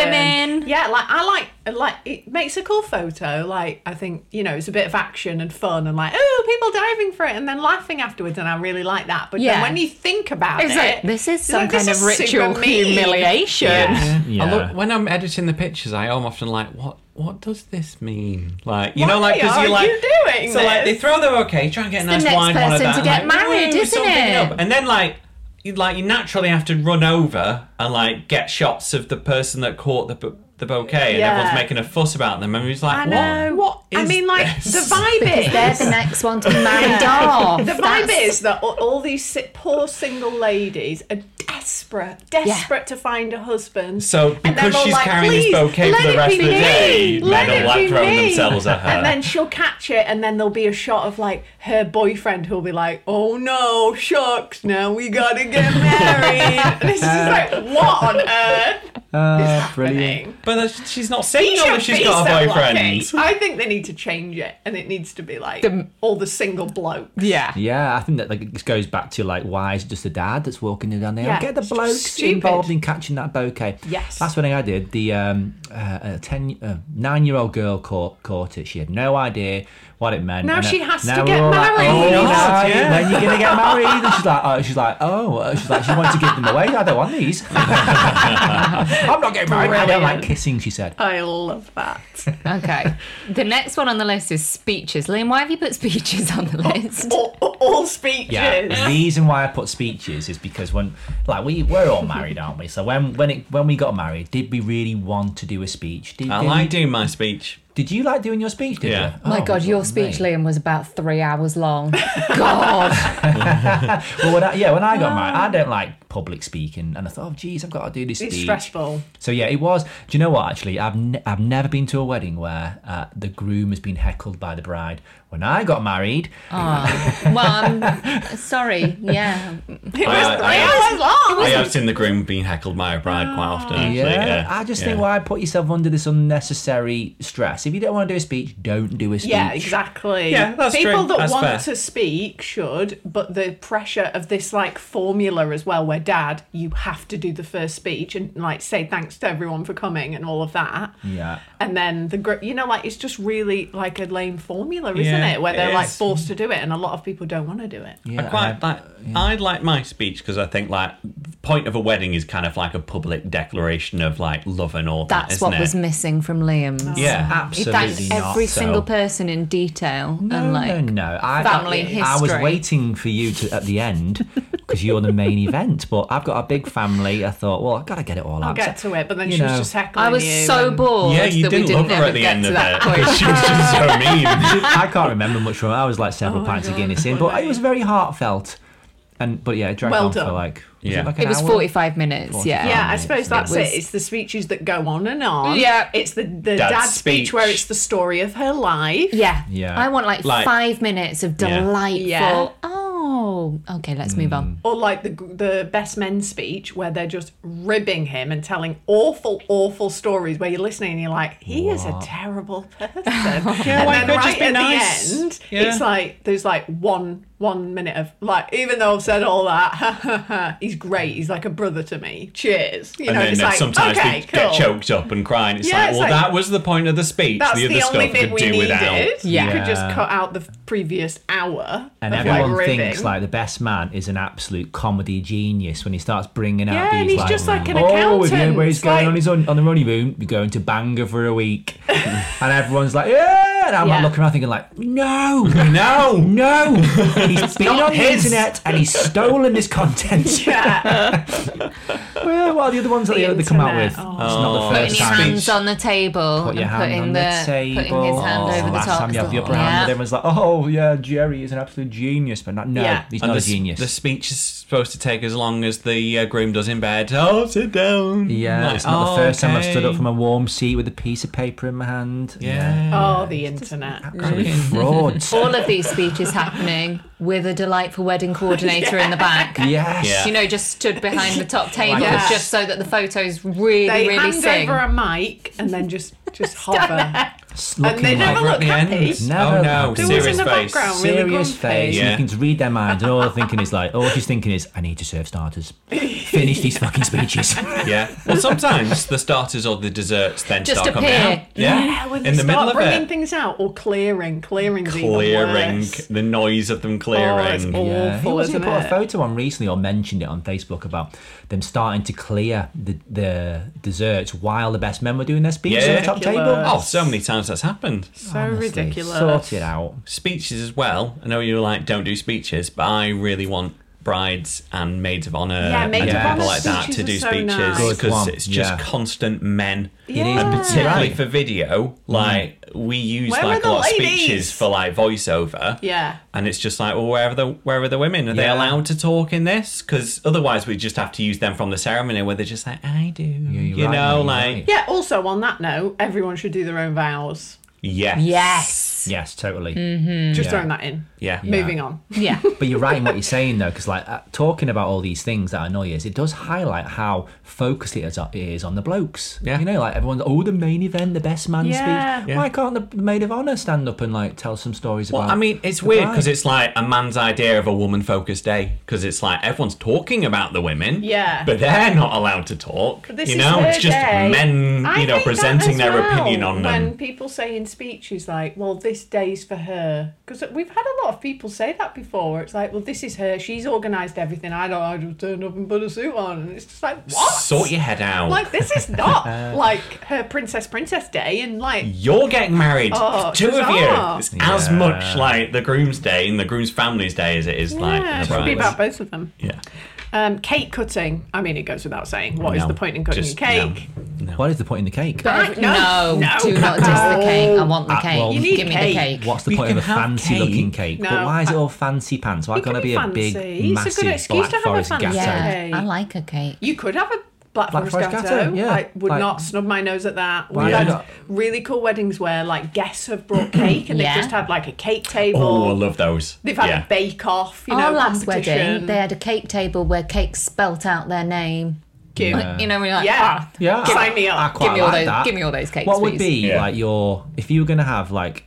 A: women.
E: Yeah, like I like like it makes a cool photo. Like I think you know it's a bit of action and fun and like oh people diving for it and then laughing afterwards and I really like that. But
A: Yeah.
E: then when you think about
A: It's
E: it,
A: like this is
E: it's
A: some
E: like,
A: kind
E: this
A: of
E: is super
A: ritual
E: mean.
A: humiliation.
C: Yeah.
D: I look, when I'm editing the pictures, I am often like, what What does this mean? Like, you know,
E: Why
D: like, because
E: are
D: you like.
E: you doing
D: so, like, they
E: this?
D: throw their okay, try and get a
A: It's
D: nice
A: the next
D: wine, one of
A: person
D: that.
A: to
D: I'm
A: get
D: like,
A: married,
D: "Ooh,
A: isn't
D: something
A: it?"
D: up. And then, like, you like you naturally have to run over and like get shots of the person that caught the bu- the bouquet, and
E: Yeah.
D: everyone's making a fuss about them. And he's
E: I
D: like,
E: know.
D: what? What is
E: I mean, like
D: this?
E: the vibe
A: Because
E: is
A: they're the next one to be married off.
E: The vibe
A: That's-
E: is that all, all these si- poor single ladies are desperate, desperate to find a husband.
D: So
E: And they're
D: because
E: all
D: she's
E: like,
D: carrying this
E: "Please,
D: bouquet for
E: let
D: the
E: it
D: rest
E: be
D: of the
E: me.
D: day, men
E: Let
D: will
E: it
D: like
E: be
D: throwing
E: me."
D: themselves at her.
E: And then she'll catch it, and then there'll be a shot of like her boyfriend who'll be like, "Oh no, shucks! Now we gotta get married." and it's just like, what on earth?
C: Ah, brilliant.
E: Happening?
D: But that's- she's not
E: He
D: saying that
E: should
D: she's
E: be
D: got
E: so
D: a boyfriend.
E: lucky. I think they need to change it, and it needs to be like
A: The-
E: all the single blokes.
A: yeah.
C: Yeah, I think that like it goes back to like why is it just the dad that's walking down there?
E: Yeah,
C: Get the
E: it's
C: blokes
E: stupid.
C: involved in catching that bouquet.
E: Yes.
C: that's when I did. The um, uh, a ten uh, nine year old girl caught caught it. She had no idea what it meant.
E: Now
C: And, uh,
E: she has to
C: now
E: get
C: we're all
E: married.
C: Like, oh,
D: God,
C: no,
D: yeah.
C: When are you gonna get married? And she's like, oh, she's like, oh, uh, she's like, she wanted to give them away. I don't want these. I'm not getting married. I don't like
E: Brilliant.
C: kissing. She said.
E: I love that.
A: Okay. The next one on the list is speeches. Liam, why have you put speeches on the list?
E: all, all speeches.
C: Yeah. The reason why I put speeches is because when, like, we we're all married, aren't we? So when when it when we got married, did we really want to do a speech? Did,
D: I
C: did,
D: like doing my speech.
C: Did you like doing your speech? Did
D: Yeah.
C: you?
A: My
C: Oh,
A: God, your
C: mate.
A: speech, Liam, was about three hours long. God.
C: Well, when I, yeah, when I got married,
A: Ah.
C: I don't like public speaking, and I thought, oh, geez, I've got to do this
E: It's
C: speech.
E: stressful.
C: So yeah, it was. Do you know what? Actually, I've ne- I've never been to a wedding where uh, the groom has been heckled by the bride. When I got married,
A: Ah. well, I'm sorry. Yeah.
E: It was
D: I-
E: three
D: I-
E: hours long.
D: I have seen the groom being heckled by a bride quite often. Actually,
C: yeah,
D: yeah.
C: I just
D: yeah.
C: think why put yourself under this unnecessary stress that's if you don't want to do a speech, don't do a speech.
E: Yeah, exactly.
D: Yeah, that's
E: People
D: true.
E: that
D: That's
E: want
D: fair.
E: to speak should, but the pressure of this like formula as well, where dad, you have to do the first speech and like say thanks to everyone for coming and all of that.
C: Yeah.
E: And then the gr- you know, like it's just really like a lame formula, isn't
D: Yeah,
E: it? Where
D: it
E: they're like
D: is.
E: forced to do it, and a lot of people don't want to do it.
C: Yeah,
D: I quite
C: I-
D: like. I like my speech because I think like the point of a wedding is kind of like a public declaration of like love and all that,
A: That's
D: isn't
A: what
D: it?
A: was missing from Liam's.
D: Yeah,
A: He
C: absolutely
A: thanked
C: not.
A: every
C: so-
A: single person in detail
C: No,
A: and like
C: no, no. I,
A: family
C: I was
A: history.
C: waiting for you to at the end because you're the main event. But I've got a big family. I thought, well, I've got to get it all
E: I'll
C: out.
E: get to it, but then
C: You
E: she was
C: know.
E: just heckling
A: I was
E: you
A: so
C: um,
E: and-
A: bored
D: yeah, you
A: that we
D: did
A: didn't
D: love her
A: ever
D: at the
A: get
D: end
A: to
D: of
A: that
D: it
A: point.
D: because she was just so mean.
C: I can't remember much from it. I was like
A: Oh
C: several pints of Guinness in, but it was very heartfelt. And but yeah, it dragged
E: Well
C: on for
E: done.
C: like was
D: Yeah.
C: it, like an
A: It was
C: hour?
A: 45 minutes,
C: 45
A: yeah.
E: Yeah, I
C: minutes,
E: suppose that's
A: was-
E: it. It's the speeches that go on and on.
A: Yeah.
E: It's the, the
D: Dad's
E: dad's speech.
D: speech.
E: where it's the story of her life.
A: Yeah.
C: Yeah.
A: I want like,
D: Like-
A: five minutes of
D: Yeah.
A: delightful.
E: Yeah.
A: Oh, okay, let's move
C: Mm.
A: on.
E: Or like the the best men speech where they're just ribbing him and telling awful, awful stories where you're listening and you're like, he is a
C: What?
E: terrible person. yeah, and
D: why
E: then
D: can't
E: right
D: it just be
E: at
D: nice?
E: the end,
D: Yeah.
E: it's like there's like one one minute of like, even though I've said all that, he's great. He's like a brother to me. Cheers. You
D: and
E: know,
D: then
E: it's
D: uh,
E: like
D: sometimes
E: okay,
D: they get
E: cool.
D: choked up and crying. It's
E: Yeah,
D: like,
E: it's
D: well,
E: like-
D: that was the point of the speech.
E: That's
D: the other
E: the only
D: stuff
E: bit
D: could
E: we
D: do
E: needed.
D: without.
E: You could just
C: Yeah.
E: cut out the previous hour.
C: And
E: of,
C: everyone
E: like, ribbing.
C: thinks like the best man is an absolute comedy genius when he starts bringing out
E: Yeah,
C: these
E: and he's just like an
C: oh, if you
E: accountant.
C: know where he's
E: It's
C: going
E: like-
C: on his own, on the honeymoon, you're going to Bangor for a week, and everyone's like, yeah, and I'm
E: Yeah.
C: like looking around thinking like, no,
D: No.
C: no, he's been
D: not
C: on the
D: his.
C: internet and he's stolen this content.
E: Yeah.
C: well, what are the other ones that
E: The
C: they, they come out
E: internet.
C: with?
E: Oh.
C: It's not the
A: Putting
C: first
A: your
C: time.
A: hands on the table
C: Put your
A: and
C: hand
A: putting
C: on
A: the,
C: the, table.
A: putting his hand
C: Oh,
A: over the
C: last
A: top.
C: time you have the upper hand,
A: Yeah.
C: everyone's like, "Oh yeah, Jerry is an absolute genius," but not, no,
E: Yeah.
C: he's
D: And
C: not a
D: the s-
C: genius.
D: The speech is supposed to take as long as the uh, groom does in bed. Oh, sit down.
C: Yeah,
D: Like,
C: it's not
E: Oh,
C: the first time I've stood up
D: okay.
C: from a warm seat with a piece of paper in my hand.
D: Yeah.
E: Oh, the internet.
C: Absolute frauds.
A: All of these speeches happening with a delightful wedding coordinator in the back.
C: yes.
D: Yeah.
A: You know, just stood behind the top table
E: Yeah.
A: just so that the photos really,
E: They
A: really
E: hand
A: sing.
E: over a mic and then just just hover.
C: It's
E: And they
C: looking
E: never
C: like
E: look
D: the
E: happy.
D: end.
C: Never
D: oh no,
C: look happy.
E: There was
D: serious
E: in the
D: face.
E: background. really
C: serious
E: grumpy.
C: face.
D: Yeah.
C: You can read their mind, and all they're thinking is like, all she's thinking is, I need to serve starters. Finish these fucking speeches.
D: Yeah. Well, sometimes the starters or the desserts then
A: Just
D: start coming
A: appear.
D: out. Yeah.
E: when
D: in
E: they
D: the middle
E: start
D: of
E: bringing
D: it.
E: things out or clearing, clearing's even
D: clearing
E: worse.
D: the noise of them
E: Oh, it's
D: clearing.
E: awful,
C: Yeah, Uh, he was- he
E: isn't
C: put a
E: it?
C: photo on recently or mentioned it on Facebook about them starting to clear the, the desserts while the best men were doing their speeches at the top
E: Ridiculous.
C: table.
D: oh, so many times that's happened.
E: so
C: Honestly,
E: ridiculous.
C: Sort it out.
D: Speeches as well. I know you were like, don't do speeches, but I really want brides and maids of honor
E: Yeah,
D: and
E: maids
C: of
D: people
C: honour
D: like that to
E: speeches
D: do
E: are so
D: speeches
E: nice.
C: Good
D: because
C: one,
D: it's just
C: yeah.
D: constant men.
E: Yeah.
C: It
E: And
C: is
D: Particularly
C: right. Mm.
D: for video, like we use
E: Where were
D: like a
E: the
D: lot of
E: ladies?
D: speeches for like voiceover.
E: Yeah.
D: and it's just like, well, where are the where are the women? Are they
C: Yeah.
D: allowed to talk in this? Because otherwise, we just have to use them from the ceremony where they're just like, I do,
C: you're
D: you
C: right,
D: know,
C: you're
D: like
C: right.
E: Yeah. Also, on that note, everyone should do their own vows.
D: yes,
A: Yes.
C: Yes, totally.
E: Just
C: Mm. Yeah.
E: throwing that in.
D: yeah,
E: Moving on.
A: Yeah.
C: But you're right in what you're saying though, because like uh, talking about all these things that annoy us, it does highlight how focused it is, it is on the blokes.
D: Yeah.
C: You know, like everyone's oh the main event, the best man
E: Yeah.
C: speech.
D: Yeah.
C: Why can't the maid of honor stand up and like tell some stories
D: Well,
C: about?
D: I mean, it's
C: the
D: weird
C: bride?
D: because it's like a man's idea of a woman-focused day because it's like everyone's talking about the women,
E: Yeah.
D: but they're not allowed to talk.
E: But this
D: you
E: is
D: know,
E: her
D: it's just
E: day.
D: men,
E: I
D: you know,
E: think that
D: presenting
E: as
D: their
E: well,
D: opinion on
E: When
D: them.
E: people say in speeches, like, well, this day's for her. Because we've had a lot of people say that before. Where it's like, well, this is her. She's organised everything. I don't I just turned up and put a suit on. And it's just like, what?
D: Sort your head out.
E: Like, this is not like her Princess Princess Day. And like,
D: You're getting married,
E: Oh,
D: two of
E: bizarre.
D: you. It's as
C: Yeah.
D: much like the groom's day and the groom's family's day as it is like
E: yeah,
D: the
E: it should be
D: bride's.
E: about both of them.
D: Yeah.
E: Um, cake cutting. I mean, it goes without saying. What is
D: No.
E: the point in cutting
D: Just
E: a cake?
D: no. No.
C: what is the point in the cake?
A: But
E: Right,
A: if-
E: no,
A: no,
E: no.
A: do not diss the cake. I want the
C: Ah,
A: cake.
C: well, You
E: need
A: Give me
E: cake.
A: the cake.
C: What's the
D: We
C: point of a
D: can have
C: fancy looking
D: cake.
C: cake?
E: No,
C: but why is it
E: I-
C: all fancy pants? Why
E: It
C: can't
E: can
C: it be
E: be
C: a big,
E: fancy. It's a good
C: massive
E: excuse
C: Black
E: to have a
C: Forest
E: fancy
C: gatto?
E: cake.
A: Yeah,
E: Okay.
A: I like a cake.
E: You could have a Black Forest,
C: Forest
E: Gatto.
C: Gatto, yeah.
E: I would
C: Like-
E: not snub my nose at that.
C: Why
E: We've
C: not?
E: had really cool weddings where like guests have brought cake and
A: Yeah.
E: they've just had like a cake table.
D: Oh, I love those.
E: They've had
D: yeah.
E: a bake off, you know,
A: Our last
E: competition.
A: wedding, they had a cake table where cakes spelt out their name.
E: Cute.
A: Like, you know, we're like,
E: Yeah.
A: ah,
C: Yeah,
E: Sign me up.
C: I quite
A: Give me all
C: like
A: those-
C: that.
A: give me all those cakes,
C: What would
A: please.
C: be
D: Yeah.
C: like your if you were gonna have like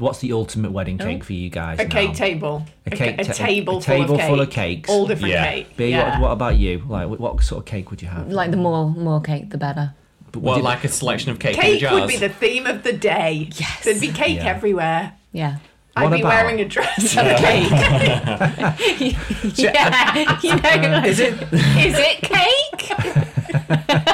C: what's the ultimate wedding cake for you guys?
E: A
C: now?
E: cake table.
C: A
E: A,
C: cake
E: ca- a
C: ta-
E: table,
C: a table
E: full, of
C: full of
E: cake.
C: cakes.
E: All different
D: Yeah.
E: cake.
C: B,
E: yeah.
C: what, what about you? Like, what, what sort of cake would you have?
A: like the more more cake, the better.
C: But would
D: Well,
C: it-
D: like a selection of cake, in
E: Cake
D: jars.
E: would be the theme of the day.
A: Yes.
E: There'd be cake
C: Yeah.
E: everywhere.
A: Yeah.
C: What
E: I'd be
C: about-
E: wearing a dress and a cake.
A: Yeah, you know, like, is it is it cake?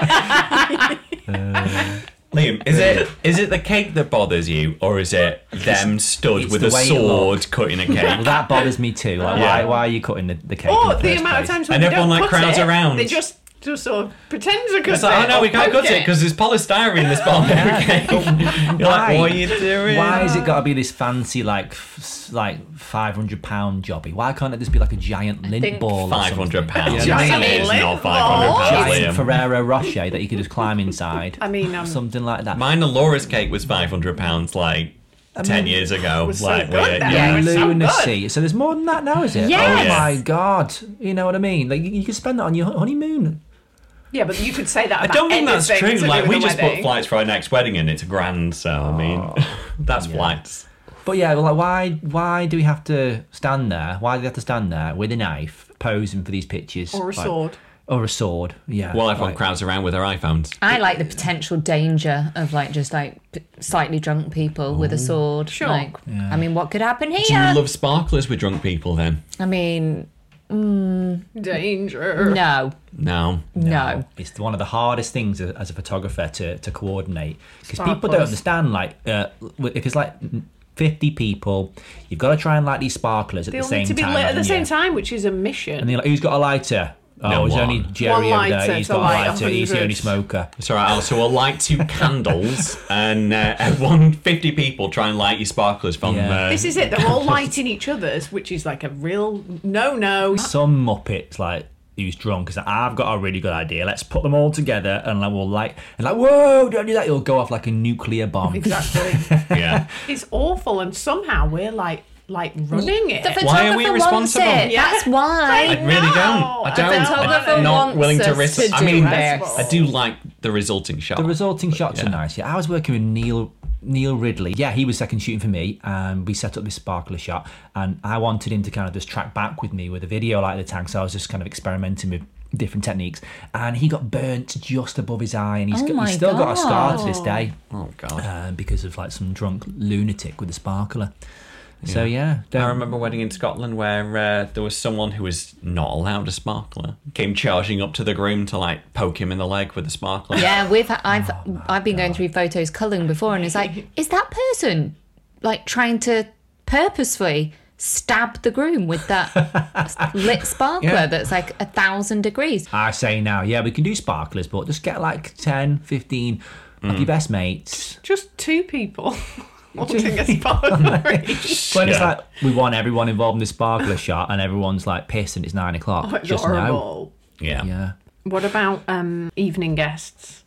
D: Liam, is it is it the cake that bothers you, or is it them stood
C: it's
D: with
C: the
D: a
C: way it
D: sword cutting a
C: well,
D: cake?
C: that bothers me too. Like, why,
D: Yeah.
C: why are you cutting the, the cake? in
E: or
C: the,
E: Oh, the
C: first
E: amount of
C: place?
E: times when
D: And
E: they
D: everyone,
E: don't
D: like,
E: cut
D: crowds
E: it,
D: around.
E: They just just sort of pretend to cut
D: It's like,
E: it.
D: oh no,
E: or
D: we can't
E: poke
D: cut it because there's polystyrene that's bound every cake. You're
C: Why?
D: like, what are you doing?
C: Why has it got to be this fancy like f- s- like five hundred pound jobby? Why can't it just be like a giant lint
A: think
C: ball? or
D: Five hundred
C: something?
D: pounds.
E: Yeah.
D: It is
E: Giant
D: not five hundred pounds.
C: Giant
D: Liam.
C: Ferrero Rocher that you could just climb inside.
E: I mean, um,
C: something like that.
D: Mine and Laura's cake was five hundred pounds, like ten years ago.
E: was so
D: like,
E: good
D: we-
E: then.
D: yeah.
E: Yeah. it's so
C: lunacy. So there's more than that now, is it?
A: Yes.
C: Oh my
D: Yeah.
C: god! You know what I mean? Like you, you could spend that on your hon- honeymoon.
E: Yeah, but you could say that.
D: I don't think that's true. Like, we just
E: wedding.
D: booked flights for our next wedding, and it's grand. So I mean, that's flights.
C: But yeah, well, like why why do we have to stand there? Why do we have to stand there with a knife posing for these pictures?
E: or a
C: Like-
E: sword.
C: Or a sword. Yeah.
D: While everyone
C: like-
D: crowds around with their iPhones.
A: I like the potential danger of like just like p- slightly drunk people with a sword.
E: Sure.
A: Like, I mean, what could happen here?
D: Do you love sparklers with drunk people then?
A: I mean,
E: Danger.
A: no,
D: No.
A: no.
C: It's one of the hardest things a- as a photographer to, to coordinate because people don't
E: Sparkles.
C: understand. Like, uh, if it's like fifty people, you've got to try and light these sparklers at
E: They
C: the
E: all
C: same
E: need to be
C: time.
E: lit at the
C: haven't
E: same
C: you?
E: time, which is a mission.
C: And you're like, who's got a lighter? Oh,
D: No
C: it's
D: one.
C: only Jerry
E: One
C: over
E: lighter
C: there. He's
E: to
C: got a
E: light a
C: lighter. He's the
E: hundred.
C: only smoker.
D: It's all right, Al. So we'll light two candles, and uh, everyone, 50 people, try and light your sparklers from.
C: Yeah.
D: Uh,
E: This is it. They're all lighting each other's, which is like a real no-no.
C: some muppets like who's drunk is like, I've got a really good idea. Let's put them all together and like we'll like and like whoa, don't do that. You'll go off like a nuclear bomb.
E: Exactly.
D: uh, yeah.
E: it's awful, and somehow we're like like running it.
A: The photographer
D: Why are we
A: wants
D: responsible?
A: it.
E: Yeah.
A: That's why.
D: I really don't. I
E: A
D: don't.
A: photographer
D: I'm not
A: wants
D: willing to
A: us
D: risk.
A: to
D: I
A: do
D: mean,
A: this.
D: I do like the resulting shot.
C: The resulting shots are
D: yeah.
C: nice. Yeah, I was working with Neil Neil Ridley. Yeah, he was second shooting for me, and we set up this sparkler shot, and I wanted him to kind of just track back with me with a video like the tank. So I was just kind of experimenting with different techniques, and he got burnt just above his eye, and he's,
A: Oh
C: got-
A: my
C: he's still got a scar to this
E: God.
C: day
D: oh god.
C: um, because of like some drunk lunatic with a sparkler. So yeah, don't,
D: I remember a wedding in Scotland where uh, there was someone who was not allowed a sparkler. Came charging up to the groom to like poke him in the leg with a sparkler.
A: Yeah, we've I've I've been going through photos culling before, and it's like, is that person like trying to purposefully stab the groom with that lit sparkler
C: Yeah.
A: that's like a thousand degrees?
C: I say now, yeah, we can do sparklers, but just get like 10, 15 of your best mates.
E: Just two people holding a sparkler. each.
C: When it's
D: Yeah.
C: like, we want everyone involved in the sparkler shot and everyone's like pissed and it's nine o'clock.
E: It's
C: just no.
E: Oh, horrible.
D: Yeah.
C: Yeah.
E: What about um, evening guests?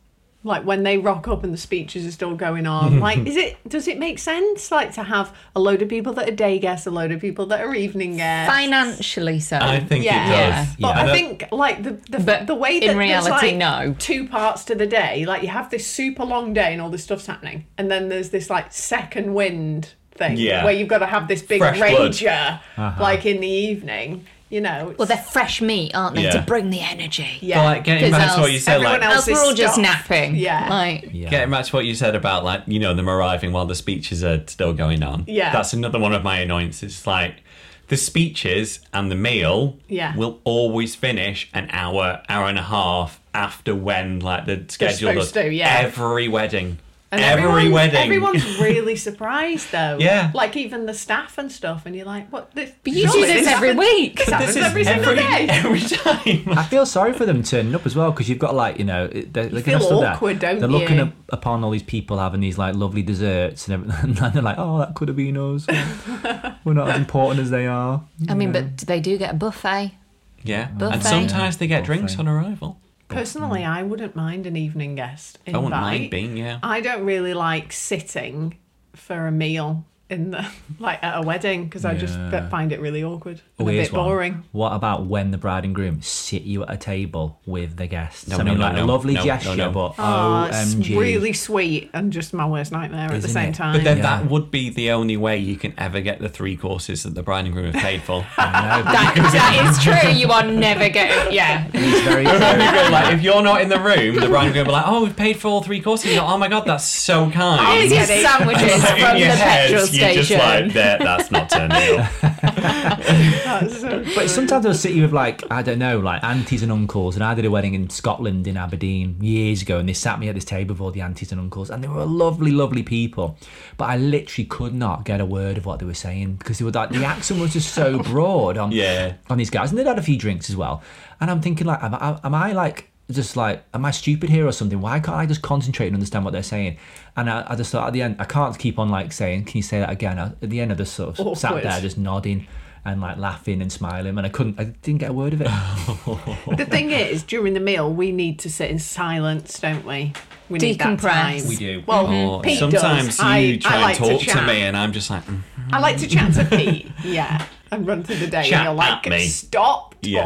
E: Like when they rock up and the speeches are still going on. Like, is it does it make sense? Like to have a load of people that are day guests, a load of people that are evening guests.
A: Financially, so
D: I think
E: Yeah.
D: it does.
C: Yeah.
E: But I
D: And, uh,
E: think like the the,
A: But
E: the way
A: in
E: that
A: reality,
E: there's, like,
A: no.
E: two parts to the day. Like you have this super long day and all this stuff's happening, and then there's this like second wind thing
D: Yeah.
E: where you've got to have this big
D: Fresh blood. Uh-huh.
E: rager like in the evening. You know,
A: Well, they're fresh meat, aren't they? To
D: Yeah.
A: bring the energy.
E: yeah.
D: But like getting
A: Because
D: back to what you
A: else-
D: said, like
E: everyone
A: Else we're all
E: is
A: just
E: stuffed.
A: napping.
E: Yeah.
A: Like,
C: Yeah.
D: Getting back to what you said about like you know them arriving while the speeches are still going on.
E: Yeah.
D: that's another one of my annoyances. Like the speeches and the meal.
E: Yeah.
D: will always finish an hour, hour and a half after when like the schedule does.
E: supposed to, yeah.
D: Every wedding.
E: And
D: every
E: everyone-
D: wedding.
E: Everyone's really surprised though.
D: Yeah.
E: Like even the staff and stuff, and you're like, what? This,
A: but you do this every week.
E: This happens every single day.
D: Every time.
C: I feel sorry for them turning up as well because you've got like you know it- they're, they're
E: feel
C: kind of stood there.
E: awkward, don't
C: They're looking
E: you?
C: up, upon all these people having these like lovely desserts and everything, and they're like, oh, that could have been us. We're not as important as they are.
A: I mean, but they do get a buffet.
D: Yeah.
A: Buffet.
D: And sometimes they get
C: Buffet.
D: drinks on arrival.
E: Personally, I wouldn't mind an evening guest invite.
D: I wouldn't mind being, yeah.
E: I don't really like sitting for a meal. in the like at a wedding because I just
D: Yeah.
E: find it really awkward
C: Oh,
E: and a
C: here's
E: bit
C: one.
E: boring.
C: What about when the bride and groom sit you at a table with the guests?
D: No,
C: I mean,
D: no, no,
C: like a
D: no,
C: lovely
D: no, no,
C: gesture,
D: no.
C: but
E: Oh, it's
C: OMG.
E: really sweet and just my worst nightmare at the
C: Isn't
E: same
C: it?
E: time.
D: But then
C: Yeah.
D: that would be the only way you can ever get the three courses that the bride and groom have paid for.
C: I
A: That, that is true. You are never getting. Yeah.
C: know. It's very,
D: There
C: very
D: we go, like if you're not in the room, the bride and groom will be like, "Oh, we've paid for all three courses." You're like, oh my god, that's so
E: Oh,
D: kind.
A: Here's your sandwiches
D: Like,
A: from
D: in your
A: the
D: head,
A: petrol
D: You're just like,
A: station.
D: "That- that's not turning up.
E: That's so
C: But sometimes they'll sit you with like I don't know, like aunties and uncles. And I did a wedding in Scotland in Aberdeen years ago, and they sat me at this table with all the aunties and uncles, and they were lovely, lovely people. But I literally could not get a word of what they were saying because they were like the accent was just so broad on
D: Yeah.
C: on these guys, and they'd had a few drinks as well. And I'm thinking like, am I, am I like just like am I stupid here or something? Why can't I just concentrate and understand what they're saying? And I, I just thought at the end I can't keep on like saying, can you say that again? I, at the end I just sort of sat
E: Awkward.
C: there just nodding and like laughing and smiling, and I couldn't, I didn't get a word of it.
E: The thing is, during the meal, we need to sit in silence, don't we? We need that
A: Decompress.
E: time.
A: We
C: do.
E: Well,
D: Or
E: Pete
D: Oh, sometimes
E: does.
D: you
E: I,
D: try
E: I like
D: and talk to,
E: to, chat.
D: me, and I'm just like, mm.
E: I like to chat to Pete. Yeah, and run through the day,
D: Chat
E: and you're like,
D: at me.
E: "Stop
D: Yeah.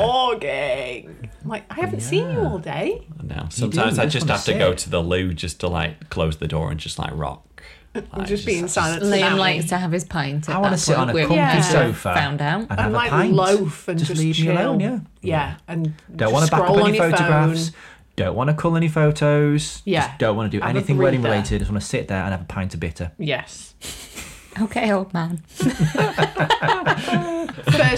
E: talking." I'm like, I haven't seen you all day.
D: no. Sometimes I
C: that's
D: just
C: what I
D: have to go
C: said.
D: to the loo just to like close the door and just like rock. Like,
E: just being silent.
A: Liam
E: Tsunami.
A: likes to have his pint. At
C: I want to
A: that
C: sit
A: point.
C: on a
A: We're-
C: comfy
E: Yeah.
C: sofa
A: Found out.
C: and have
E: And
C: a
E: like
C: pint.
E: loaf and just,
C: leave me alone.
E: chill.
C: Yeah,
E: yeah, and
C: don't
E: just
C: want to back up
E: scroll
C: any
E: on your
C: photographs.
E: phone.
C: Don't want to cull any photos.
E: Yeah.
C: Just don't want to do
E: Have a
C: anything wedding
E: breather.
C: related. Just want to sit there and have a pint of bitter.
E: Yes,
A: Okay, old man.
E: first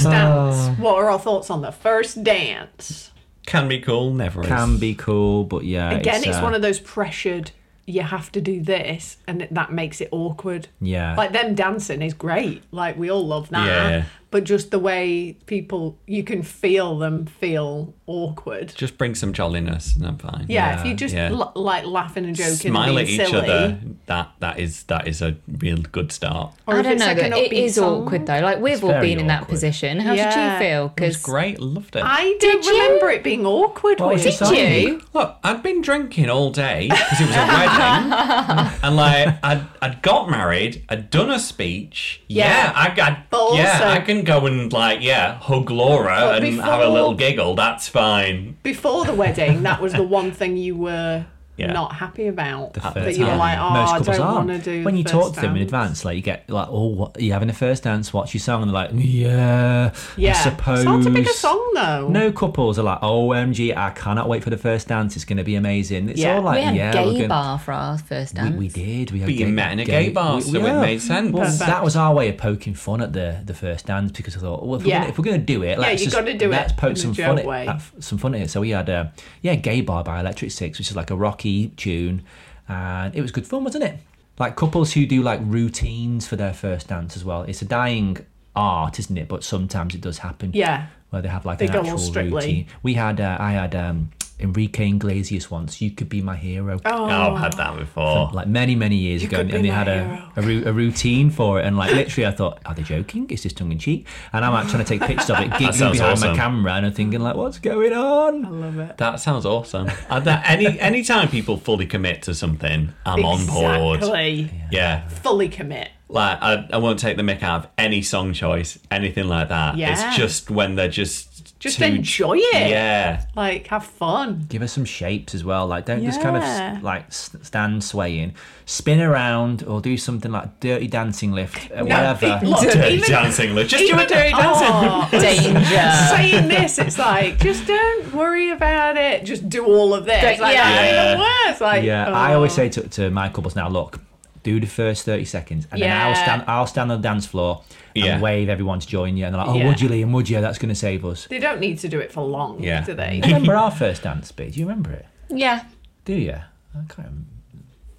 E: dance. What are our thoughts on the first dance?
D: can be cool, never
C: Can
D: is.
C: be cool, but yeah.
E: Again, it's,
C: uh,
E: one of those pressured. You have to do this, and it- that makes it awkward.
C: Yeah.
E: like them dancing is great. Like we all love that.
D: Yeah.
E: But just the way people, you can feel them feel awkward.
D: Just bring some jolliness, and I'm fine.
E: Yeah, if you just
D: yeah.
E: l- like laughing and joking,
D: Smile
E: and
D: at
E: being
D: each
E: silly,
D: other. That that is that is a real good start.
E: Or
A: I
E: if
A: don't
E: it's
A: know
E: like an
A: that it
E: upbeat
A: is
E: song.
A: awkward though. Like we've
C: It's
A: all
C: very
A: been in that
C: awkward.
A: position. How did
E: Yeah.
A: you feel?
D: It was
A: Because
D: great, loved it.
E: I
A: Did
E: don't
A: you?
E: remember it being awkward.
C: What was
E: with-
C: it
A: did you?
D: Look, I'd been drinking all day because it was a wedding, and like I'd, I'd got married, I'd done a speech. Yeah,
E: Yeah.
D: I, I
E: But
D: yeah,
E: also-
D: I can go and like yeah, hug Laura
E: But
D: and have a little
E: before-
D: giggle. That's fine.
E: Before the wedding, that was the one thing you were
D: Yeah.
E: not happy about. that
C: first
E: you were
C: time.
E: like, oh,
C: um, Most
E: I
C: couples
E: don't
C: aren't.
E: want to do.
C: when
E: the
C: you
E: first
C: talk to them in
E: dance."
C: advance, like you get like, oh, what, are you having a first dance? What's your song? And they're like, yeah,
E: Yeah,
C: I suppose.
E: it's hard to pick a song though.
C: No couples are like, OMG, I cannot wait for the first dance. It's going to be amazing. It's
E: Yeah.
C: all like,
A: we had
C: yeah, we're
A: gay
C: gonna-
A: bar for our first
C: We,
A: dance.
C: we did. We had
D: But you
C: gay-
D: met in a gay bar, so it
C: yeah.
D: made sense.
C: Well,
E: Perfect.
C: that was our way of poking fun at the the first dance because I thought, well, if,
E: Yeah.
C: we're, gonna, if we're gonna do it, let's
E: you
C: just-
E: gotta do it
C: let's
E: in
C: poke
E: a
C: some
E: joke
C: fun at,
E: way.
C: at f- some fun at it. So we had uh, yeah, gay bar by Electric Six, which is like a rocky tune, and it was good fun, wasn't it? Like couples who do like routines for their first dance as well. It's a dying art, isn't it? But sometimes it does happen.
E: Yeah.
C: Where they have like
E: They
C: an
E: go all
C: actual
E: strictly.
C: routine. We had uh, I had um, Enrique Iglesias once. You could be my hero
E: Oh,
D: Oh, I've had that before.
C: like many many years ago
E: could
C: and
E: be
C: and they
E: my
C: had
E: hero.
C: a, a, ru- a routine for it and like literally i thought are they joking is this tongue-in-cheek and i'm like trying to take pictures of it giggling
D: sounds
C: behind my
D: awesome.
C: camera and i'm thinking like what's going on
E: I love it.
D: That sounds awesome. And that any any time people fully commit to something, I'm on board.
E: Exactly.
D: Yeah,
E: Fully commit.
D: like I, I won't take the mick out of any song choice, anything like that.
E: Yeah.
D: It's just when they're just
E: Just
D: too-
E: enjoy it.
D: Yeah,
E: Like, have fun.
C: give us some shapes as well like don't just kind of
E: Yeah.
C: s- like s- stand swaying spin around or do something like dirty dancing lift uh, whatever
E: it- look,
D: dirty
E: even-
D: dancing. Look, just do a
E: even-
D: dirty dancing.
E: Oh,
A: Danger.
E: saying this, it's like, just don't worry about it. Just do all of this.
A: Don't-
E: Like,
A: yeah.
E: that
D: Yeah.
E: even worse. Like,
C: yeah i always
A: um,
E: oh.
C: say to, to my couples now look do the first 30 seconds and then i'll
E: Yeah.
C: stand i'll stand on the dance floor and
D: Yeah.
C: wave everyone to join you and they're like oh
E: Yeah.
C: would you liam would you that's going to save us
E: They don't need to do it for long,
D: Yeah.
E: do they?
C: remember our first dance, B? Do you remember it?
A: yeah.
C: Do you? I can't. rem-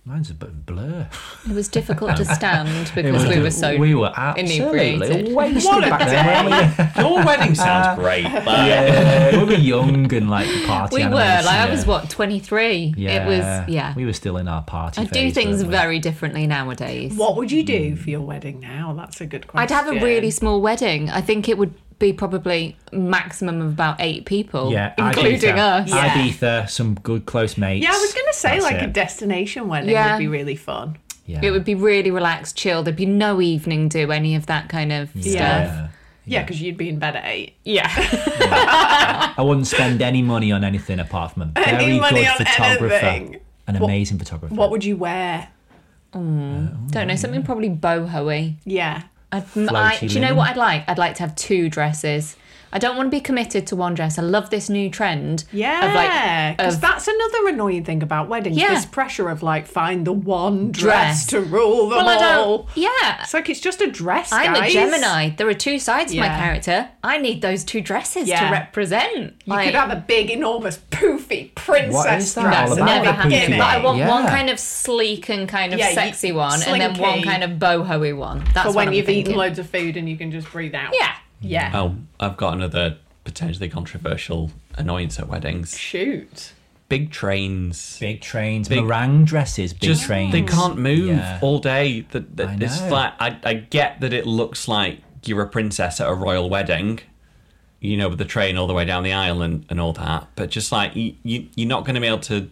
C: Mine's a bit of a blur.
A: It was difficult to stand
C: It
A: because
C: was-
A: we were so
C: we were absolutely
A: inebriated.
C: wasted
E: What a
C: back then. weren't we?
D: Your wedding
E: Uh,
D: sounds great. Like,
C: yeah, we were young and like party.
A: we were
C: animals,
A: like I was
C: yeah.
A: what 23. It was yeah.
C: We were still in our party.
A: I do
C: phase,
A: things
C: weren't we?
A: very differently nowadays.
E: What would you do for your wedding now? That's a good question.
A: I'd have a really small wedding. I think it would be probably maximum of about 8 people
C: Yeah,
A: including
C: Ibiza.
A: us.
E: Yeah.
C: Ibiza, some good close mates.
E: Yeah, I was going to say,
C: That's
E: like, a
C: it.
E: destination wedding
A: Yeah.
E: would be really fun.
C: Yeah.
A: It would be really relaxed, chill. There'd be no evening do, any of that kind of
E: Yeah.
A: stuff.
E: Yeah, because you'd be in bed at eight.
A: Yeah.
C: I wouldn't spend any money on anything apart from a
E: Any
C: very
E: money
C: good
E: on
C: photographer,
E: anything.
C: an
E: What-
C: amazing photographer.
E: What would you wear?
A: Don't know, something probably boho-y.
E: Yeah.
A: I'd, I, do you know
C: linen.
A: what I'd like? I'd like to have two dresses. I don't want to be committed to one dress. I love this new trend. Of
E: Yeah,
A: like,
E: because
A: of
E: that's another annoying thing about weddings.
A: Yeah.
E: This pressure of like find the one
A: Dress.
E: dress, to rule them
A: well, I
E: all.
A: don't. Yeah.
E: It's like it's just a dress.
A: I'm a
E: guys.
A: Gemini. There are two sides to my
E: Yeah.
A: character. I need those two dresses
E: Yeah.
A: to represent.
E: You could have a big, enormous, poofy princess
C: What is that
E: dress.
C: all
E: and
C: about,
A: never
E: never
C: the
E: have
C: poofy
A: happened.
E: it.
A: But I want
C: Yeah.
A: one kind of sleek and kind of
E: Yeah, you-
A: sexy one, and then one
E: slinky.
A: kind of boho-y one. That's
E: for
A: what
E: when
A: I'm
E: you've
A: thinking.
E: eaten loads of food and you can just breathe out.
A: Yeah.
E: Yeah.
D: Oh, I've got another potentially controversial annoyance at weddings.
E: Shoot.
D: Big trains.
C: Big trains,
D: Big-
C: meringue dresses, big
D: just
C: trains.
D: they can't move
C: Yeah.
D: all day. That that-
C: I
D: it's
C: know.
D: like I, I get that it looks like you're a princess at a royal wedding, you know, with the train all the way down the aisle and, and all that. But just like you, you you're not going to be able to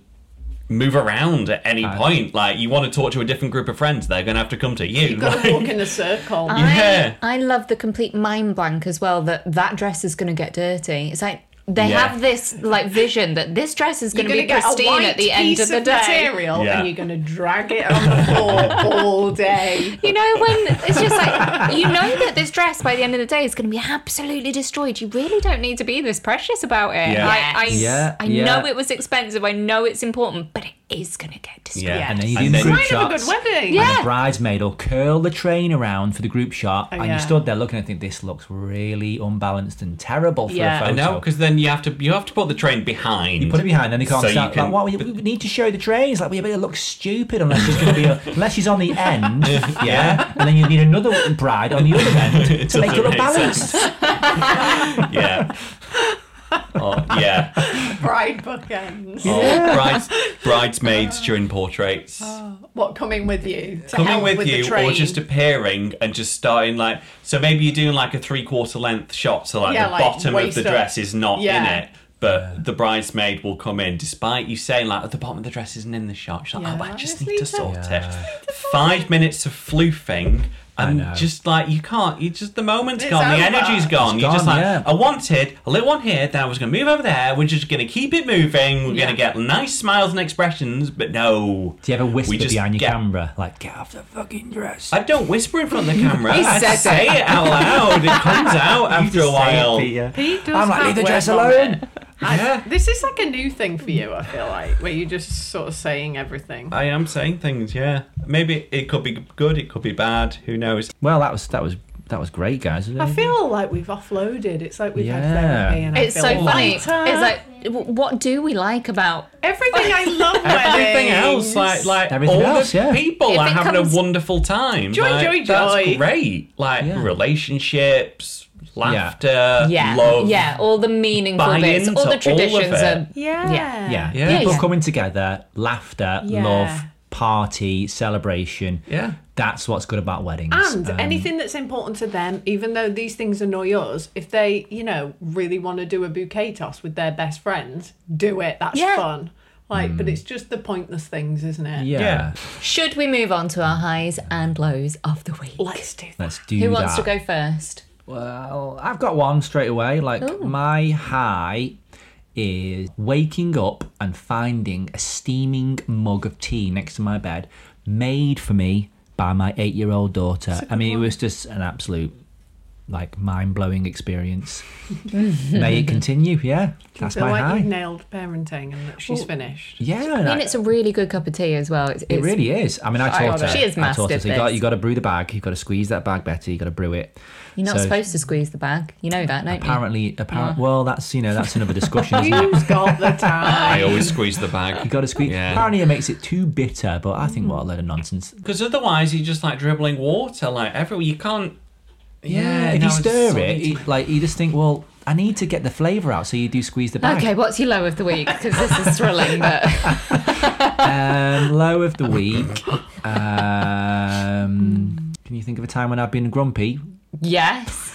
D: move around at any point. Like you want to talk to a different group of friends, they're going to have to come to you.
E: You've got
D: like-
E: to walk in a circle.
D: Yeah.
A: I, I love the complete mind blank as well that that dress is going to get dirty. It's like they
D: Yeah.
A: have this like vision that this dress is going to
E: You're
A: be
E: gonna get a
A: pristine
E: white
A: at the end
E: piece
A: of the day.
E: material
D: Yeah.
E: and you're going to drag it on the floor all day.
A: You know when it's just like you know that this dress by the end of the day is going to be absolutely destroyed. You really don't need to be this precious about it.
D: Yeah.
A: Like, I,
C: Yeah,
A: I
C: yeah.
A: know it was expensive. I know it's important, but it is going to get destroyed.
D: Yeah,
E: Yes.
C: And then you
D: And
C: do the
D: then-
C: group
E: Kind of a
C: shots.
E: good wedding.
A: Yeah.
C: The bridesmaid will curl the train around for the group shot, and
E: Oh, yeah.
C: you stood there looking and think this looks really unbalanced and terrible for
E: Yeah.
C: a
D: I
C: photo.
D: know, because then you have to you have to put the train behind.
C: Put it behind, then they can't.
D: So you
C: start,
D: can-
C: like, what, we, we need to show the trains. Like, we but it looks stupid unless she's going to be a, unless she's on the end, yeah. And then you need another bride on the other end to make it
D: doesn't
C: look
D: make
C: balanced.
D: yeah. Oh, yeah.
E: Bride bookends.
D: Oh, brides, bridesmaids during portraits.
E: What, coming with you? To
D: coming
E: help
D: with,
E: the
D: you or
E: train?
D: just appearing and just starting like so maybe you're doing like a three quarter length shot so like
E: Yeah,
D: the
E: like,
D: bottom of
E: waist
D: the
E: up.
D: dress is not
E: Yeah.
D: in it but the bridesmaid will come in despite you saying like at the bottom of the dress isn't in the shot she's like
E: Yeah,
D: oh I just
E: just
D: need
E: need
D: to
E: to-
D: sort
C: Yeah.
D: it five minutes of floofing and
C: know.
D: just like you can't you just the moment's
E: It's
D: gone the
E: over.
D: energy's gone
C: It's
D: you're just
C: gone,
D: like
C: yeah.
D: I wanted a little one here then I was gonna move over there we're just gonna keep it moving we're
E: Yeah.
D: gonna get nice smiles and expressions but no
C: Do you ever
D: We
C: whisper
D: just
C: behind your
D: get-
C: camera, like, get off the fucking dress?
D: I don't whisper in front of the camera.
A: He
D: I
A: said
D: say it out loud. It comes out after a while.
E: He does
C: I'm like,
E: have
C: leave the
E: work
C: dress
E: on
C: alone.
E: it. I- This is like a new thing for you, I feel like, where you're just sort of saying everything.
D: I am saying things, yeah. Maybe it could be good, it could be bad. Who knows?
C: Well, that was that was that was great, guys. wasn't
E: I
C: it?
E: feel like we've offloaded. It's like we've had
C: Yeah.
E: therapy and I
A: It's
E: feel
A: so funny. It's
E: lighter.
A: like, w- what do we like about
E: everything I love
D: Everything
E: weddings.
D: else, like like
C: Everything
D: all
C: else,
D: the
C: yeah.
D: people
A: If
D: are
A: it
D: having
A: comes-
D: a wonderful time.
E: Joy,
D: Like,
E: joy, joy.
D: That's great. Like
C: Yeah.
D: relationships, laughter,
A: yeah,
D: love.
A: yeah, all the meaningful
D: buy
A: bits,
D: into
A: all
D: all
A: the
D: of
A: traditions
D: it.
A: are
E: yeah.
C: Yeah.
D: Yeah.
C: People
A: Yeah.
C: coming together, laughter,
E: Yeah.
C: love, party, celebration.
D: Yeah.
C: That's what's good about weddings.
E: And
C: Um,
E: anything that's important to them, even though these things annoy us, if they, you know, really want to do a bouquet toss with their best friends, do it. That's
A: Yeah.
E: fun. Like, but it's just the pointless things, isn't it?
C: yeah.
D: Hmm. Yeah.
A: Should we move on to our highs and lows of the week?
E: Let's do that.
C: Let's do
A: Who
C: that.
A: wants to go first?
C: Well, I've got one straight away. Like my high is waking up and finding a steaming mug of tea next to my bed, made for me by my eight-year-old daughter. I mean, it was just an absolute, like, mind-blowing experience. May it continue. Yeah, that's
E: So
C: my
E: like you've
C: high.
E: nailed parenting and that she's finished.
C: Yeah,
A: I mean, it's a really good cup of tea as well. It's,
C: It
A: it's-
C: really is. I mean, I
A: I
C: taught her.
A: love it. She is
C: I taught her.
A: mastered
C: So you got
A: this.
C: you got to brew the bag. You have got to squeeze that bag, Betty. You got to brew it.
A: You're not
C: So-
A: supposed to squeeze the bag. You know that, don't you?
C: Apparently, apparently. Well, that's you know that's another discussion, isn't it?
E: Who's got the time?
D: I always squeeze the
C: You
D: bag.
C: got to squeeze.
D: Yeah.
C: Apparently, it makes it too bitter, but I think what a load of nonsense.
D: Because otherwise you're just like dribbling water like everywhere. You can't
C: Yeah, if
D: no,
C: you
D: it's
C: stir
D: so
C: it,
D: easy.
C: you- like you just think, well, I need to get the flavour out, so you do squeeze the bag.
A: Okay, what's your low of the week? Because this is thrilling. But
C: Um, low of the week. Um, can you think of a time when I've been grumpy?
A: yes,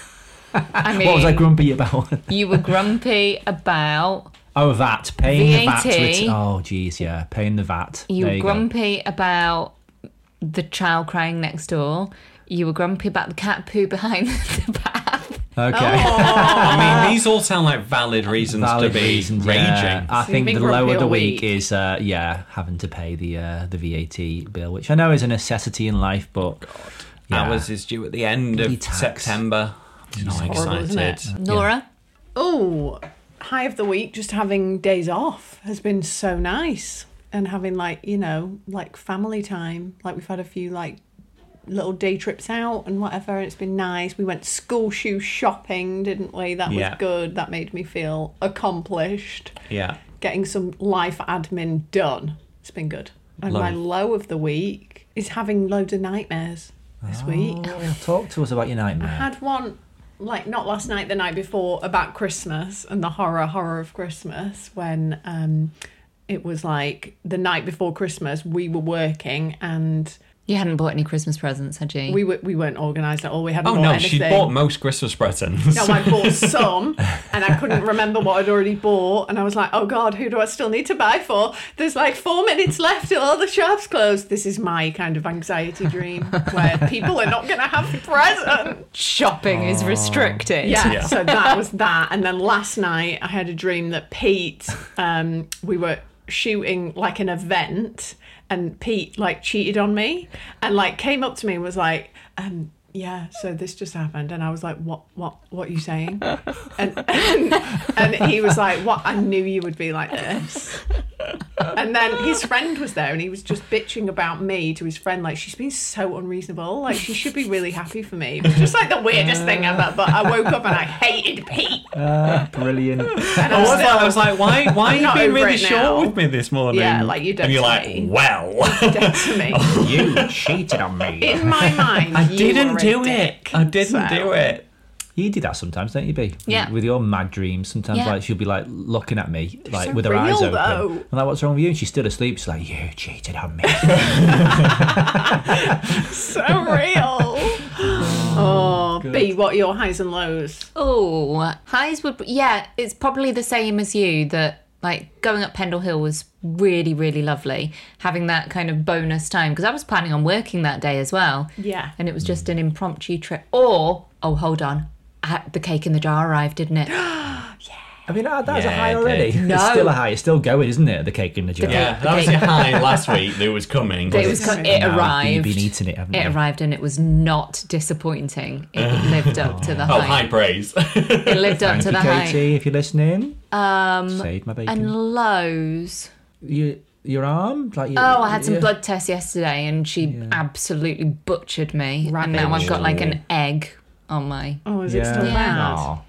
A: I mean,
C: What was I grumpy about?
A: you were grumpy about.
C: oh, VAT, paying the VAT.
A: VAT.
C: ret- oh, geez, yeah, paying the VAT.
A: You
C: There
A: were
C: go.
A: grumpy about the child crying next door. You were grumpy about the cat poo behind the bath. Oh.
C: Okay.
D: I
E: Uh,
D: mean, these all sound like valid reasons
C: Valid
D: to be
C: reasons,
D: raging.
C: yeah. I
E: So you
C: think
E: make
C: the
E: grumpy
C: lower the
E: all
C: week,
E: week.
C: is, uh, yeah, having to pay the uh, the VAT bill, which I know is a necessity in life, but yeah.
D: Ours is due at the end
C: Bloody
D: of
C: tax.
D: September. I'm not
E: horrible,
D: excited.
E: isn't it?
A: Nora,
E: Oh, high of the week, just having days off has been so nice. And having like, you know, like family time. Like we've had a few like little day trips out and whatever. And it's been nice. We went school shoe shopping, didn't we? That
D: Yeah.
E: was good. That made me feel accomplished.
D: Yeah.
E: Getting some life admin done. It's been good. And my
D: Low.
E: low of the week is having loads of nightmares this week.
C: Oh, talk to us about your nightmare.
E: had one like not last night the night before about christmas and the horror horror of christmas when um it was like the night before christmas we were working and
A: you hadn't bought any Christmas presents, had you?
E: we were we weren't organized at all we hadn't
D: Oh
E: bought
D: no,
E: anything
D: she bought most Christmas presents.
E: no, I bought some and I couldn't remember what I'd already bought. And I was like, oh God, who do I still need to buy for? There's like four minutes left till all the shops close. This is my kind of anxiety dream where people are not going to have presents.
A: Shopping is restricted.
E: Yeah,
D: Yeah.
E: so that was that. And then last night I had a dream that Pete, um, we were shooting like an event and Pete like cheated on me and like came up to me and was like, um, yeah, so this just happened and I was like, What what what are you saying? And and, and he was like, What I knew you would be like this. And then his friend was there and he was just bitching about me to his friend, like, she's been so unreasonable. Like, she should be really happy for me. It was just like the weirdest thing ever. But I woke up and I hated Pete.
C: Ah, brilliant.
E: And
D: I
E: I'm
D: was, like,
E: still-
D: I was like, why, why are you
E: not
D: being
E: over
D: really
E: it
D: short
E: now.
D: with me this morning?
E: Yeah, like, you don't
D: And you're like,
E: say.
D: well,
E: dead to me.
C: you cheated on me.
E: In my mind,
D: Oh. I
E: you
D: didn't
E: were a
D: do
E: dick.
D: it. I didn't
E: So-
D: do it.
C: You do that sometimes, don't you, B?
A: Yeah.
C: With your mad dreams, sometimes
A: Yeah.
C: like she'll be like looking at me, like
E: so
C: with her eyes open.
E: real, though.
C: And I'm like, what's wrong with you? And she's still asleep. She's like, you cheated on me.
E: So real. oh, B, what are your highs and lows?
A: Oh, highs would. Yeah, it's probably the same as you that like going up Pendle Hill was really, really lovely. Having that kind of bonus time because I was planning on working that day as well.
E: Yeah.
A: And it was just an impromptu trip. Or, oh, hold on. I- The cake in the jar arrived, didn't it?
C: I mean, that- that's a
D: Yeah,
C: high
D: it
C: already.
D: did.
A: No.
C: It's still a high. It's still going, isn't it? The cake in the jar.
D: Yeah, that was
A: Okay.
D: your high last week that was coming.
A: It, was,
E: Sorry.
A: it
C: You've
A: arrived.
C: been eating it, haven't
A: It
C: you?
A: arrived and it was not disappointing. It lived up to the
D: Oh,
A: hype.
D: high praise.
A: It lived up
C: Thank
A: to
C: you,
A: the hype.
C: Katie, if you're listening. Um, Saved my bacon.
A: And lows.
C: your your arm, like your,
A: Oh, I had some
C: yeah.
A: blood tests yesterday, and she absolutely butchered me. And now I've got like an egg on my.
E: Oh, is it
C: Yeah.
E: still bad?
C: Aw.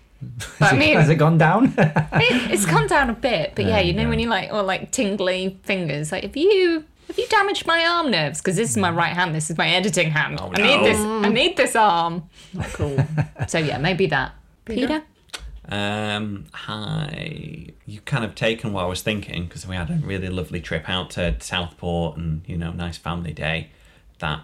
A: But I mean,
C: Has it gone down?
A: it, it's come down a bit. But yeah,
C: There
A: you
C: you
A: know
C: go.
A: when you like or like tingly fingers. Like if you if you damaged my arm nerves because this is my right hand, this is my editing hand. I
D: no.
A: need this. I need this arm.
E: Not cool.
A: So yeah, maybe that. Peter.
D: Um, hi. You kind of taken what I was thinking because we had a really lovely trip out to Southport and you know nice family day. That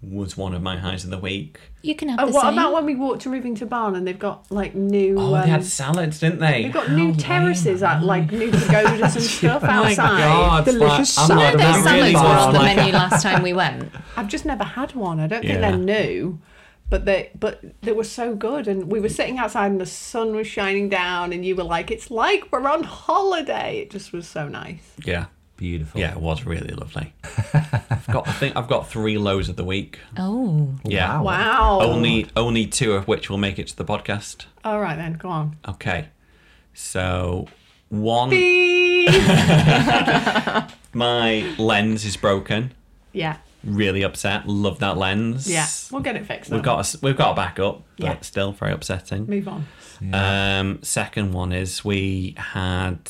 D: was one of my highs of the week.
A: you can have
E: Oh,
A: the
E: what
A: same.
E: about when we walked to Rivington Barn and they've got like new.
D: Oh,
E: um,
D: they had salads, didn't they?
E: They've got new terraces at like new pagodas and
D: Oh
E: stuff outside.
C: Delicious
D: like,
C: salad.
D: I'm like,
A: No,
C: That
A: those
D: that Oh,
A: salads
D: really
A: were on
D: was
A: the
D: like
A: menu last time we went.
E: I've just never had one. I don't think
D: Yeah.
E: they're new, but they but they were so good. And we were
D: Mm.
E: sitting outside, and the sun was shining down, and you were like, "It's like we're on holiday." It just was so nice.
D: yeah,
C: Beautiful.
D: yeah, it was really lovely. I've got, I think I've got three lows of the week.
A: Oh,
D: Yeah,
C: Wow.
E: Wow.
D: only only two of which will make it to the podcast.
E: All right then, go on.
D: Okay, so one,
E: yeah.
D: my lens is broken. really upset. Love that lens.
E: Yeah. We'll get it fixed.
D: We've
E: then.
D: got a, s- we've got a backup, but
E: Yeah.
D: still very upsetting.
E: move on.
D: Um, second one is we had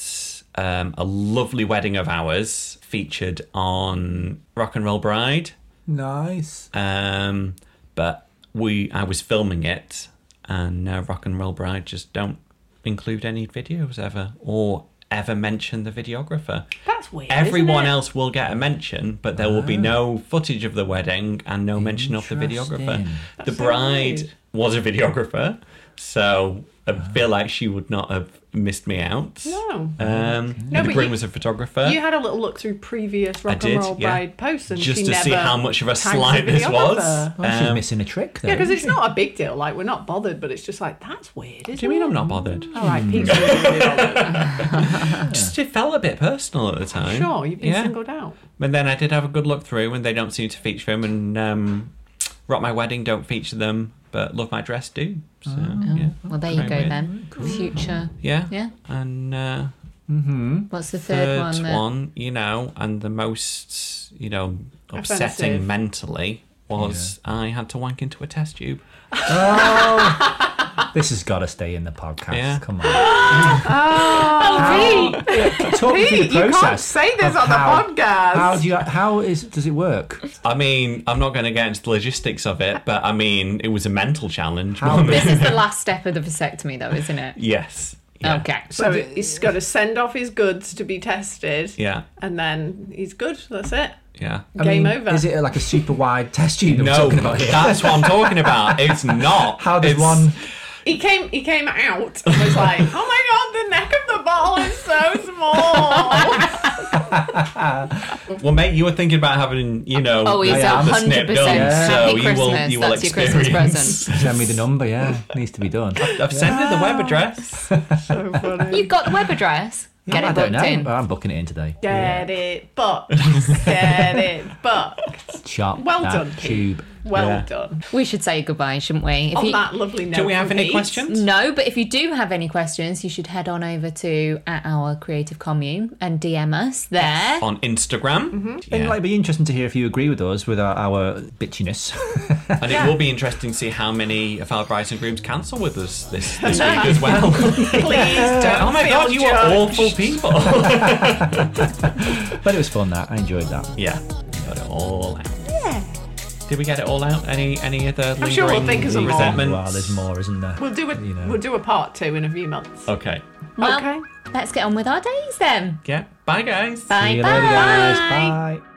D: um, a lovely wedding of ours featured on Rock and Roll Bride,
C: Nice.
D: um, but we I was filming it, and uh, Rock and Roll Bride just don't include any videos ever or ever mention the videographer.
E: That's weird.
D: Everyone else will get a mention, but there will be
E: Oh.
D: no footage of the wedding and no mention of the videographer.
C: Interesting.
D: the
E: so
D: bride
E: weird.
D: was a videographer, so I feel like she would not have missed me out.
E: No.
D: Um,
E: No,
D: Eddie
E: but
D: Breen
E: you-
D: was a photographer.
E: Oh. You had a little look through previous Rock
D: did,
E: and Roll
D: yeah.
E: Bride posts, and
D: just
E: she
D: to see
E: never
D: how much of a
E: tagged
D: slide this was.
E: videographer.
C: Well, she's
D: Um,
C: missing a trick though.
E: Yeah, because it's not a big deal. Like we're not bothered, but it's just like that's weird. Isn't
D: do you mean I'm not bothered? Hmm.
E: All right, Pete's really bothered.
D: Just it felt a bit personal at the time.
E: Sure, you've been
D: Yeah.
E: singled out.
D: But then I did have a good look through, and they don't seem to feature them. And um, Rock My Wedding don't feature them, but Love My Dress do. So,
E: Oh.
D: yeah.
A: Well, there you
D: Very
A: go
D: weird.
A: then. Future.
D: Yeah.
A: Yeah.
D: And uh,
A: What's the third,
D: third
A: one? uh,
D: one,
A: that-
D: you know, and the most, you know, upsetting
E: Offensive.
D: mentally was I had to wank into a test tube.
C: This has got to stay in the podcast.
D: Yeah.
C: Come on.
E: Oh, Pete,
C: Talk me through the
E: Pete, you can't
C: process
E: say this
C: of
E: on the
C: how-
E: podcast.
C: How do you? How is? Does it work?
D: I mean, I'm not going to get into the logistics of it, but I mean, it was a mental challenge.
C: How
D: wasn't
A: This
D: it?
A: is the last step of the vasectomy, though, isn't it?
D: yes. Yeah.
A: Okay.
E: So he's got to send off his goods to be tested.
D: Yeah.
E: And then he's good. That's it.
D: Yeah.
E: Game over.
C: Is it like a super wide test tube? that we're
D: No,
C: talking about here?
D: that's what I'm talking about. It's not.
C: How does
D: It's-
C: one?
E: He came. He came out and was like, "Oh my god, the neck of the ball is so small."
D: Well, mate, you were thinking about having, you know,
A: Oh, he's
D: the,
C: Yeah.
A: a
D: the snip
A: hundred percent.
D: done, so
A: Happy
D: you will,
A: Christmas.
D: you will
A: That's your
D: experience.
A: Christmas present.
C: Send me the number. Yeah, needs to be done.
D: I've sent her the web address.
E: so funny.
A: You've got the web address. Get
C: I
A: it
C: don't
A: booked
C: know.
A: in.
C: I'm booking it in today.
E: Get it booked. Get it booked.
C: Chop
E: Well
C: that
E: done, Pete.
C: tube.
E: Well
D: Yeah.
E: done.
A: We should say goodbye, shouldn't we? If
E: On
A: you-
E: that lovely note.
D: Do we have
E: from
D: any
E: Pete,
D: questions?
A: No, but if you do have any questions, you should head on over to at our creative commune and DM us there.
D: on Instagram.
E: Mm-hmm.
C: I think
D: Yeah.
C: like, it'd be interesting to hear if you agree with us with our, our bitchiness.
D: and it will be interesting to see how many of our brides and grooms cancel with us this, this week as well.
E: Please don't.
D: oh my
E: feel
D: god, you
E: judged.
D: are awful people.
C: but it was fun. That I enjoyed that.
D: yeah, got it all out. Did we get it all out? Any any other lingering
E: sure we'll think of some more.
D: resentments?
C: Wow, there's more, isn't there?
E: We'll do a
C: You know.
E: we'll do a part two in a few months.
D: Okay.
A: Well,
E: Okay.
A: let's get on with our days then.
D: Yeah. Bye, guys.
A: Bye
C: See you
A: bye.
C: later, guys. Bye.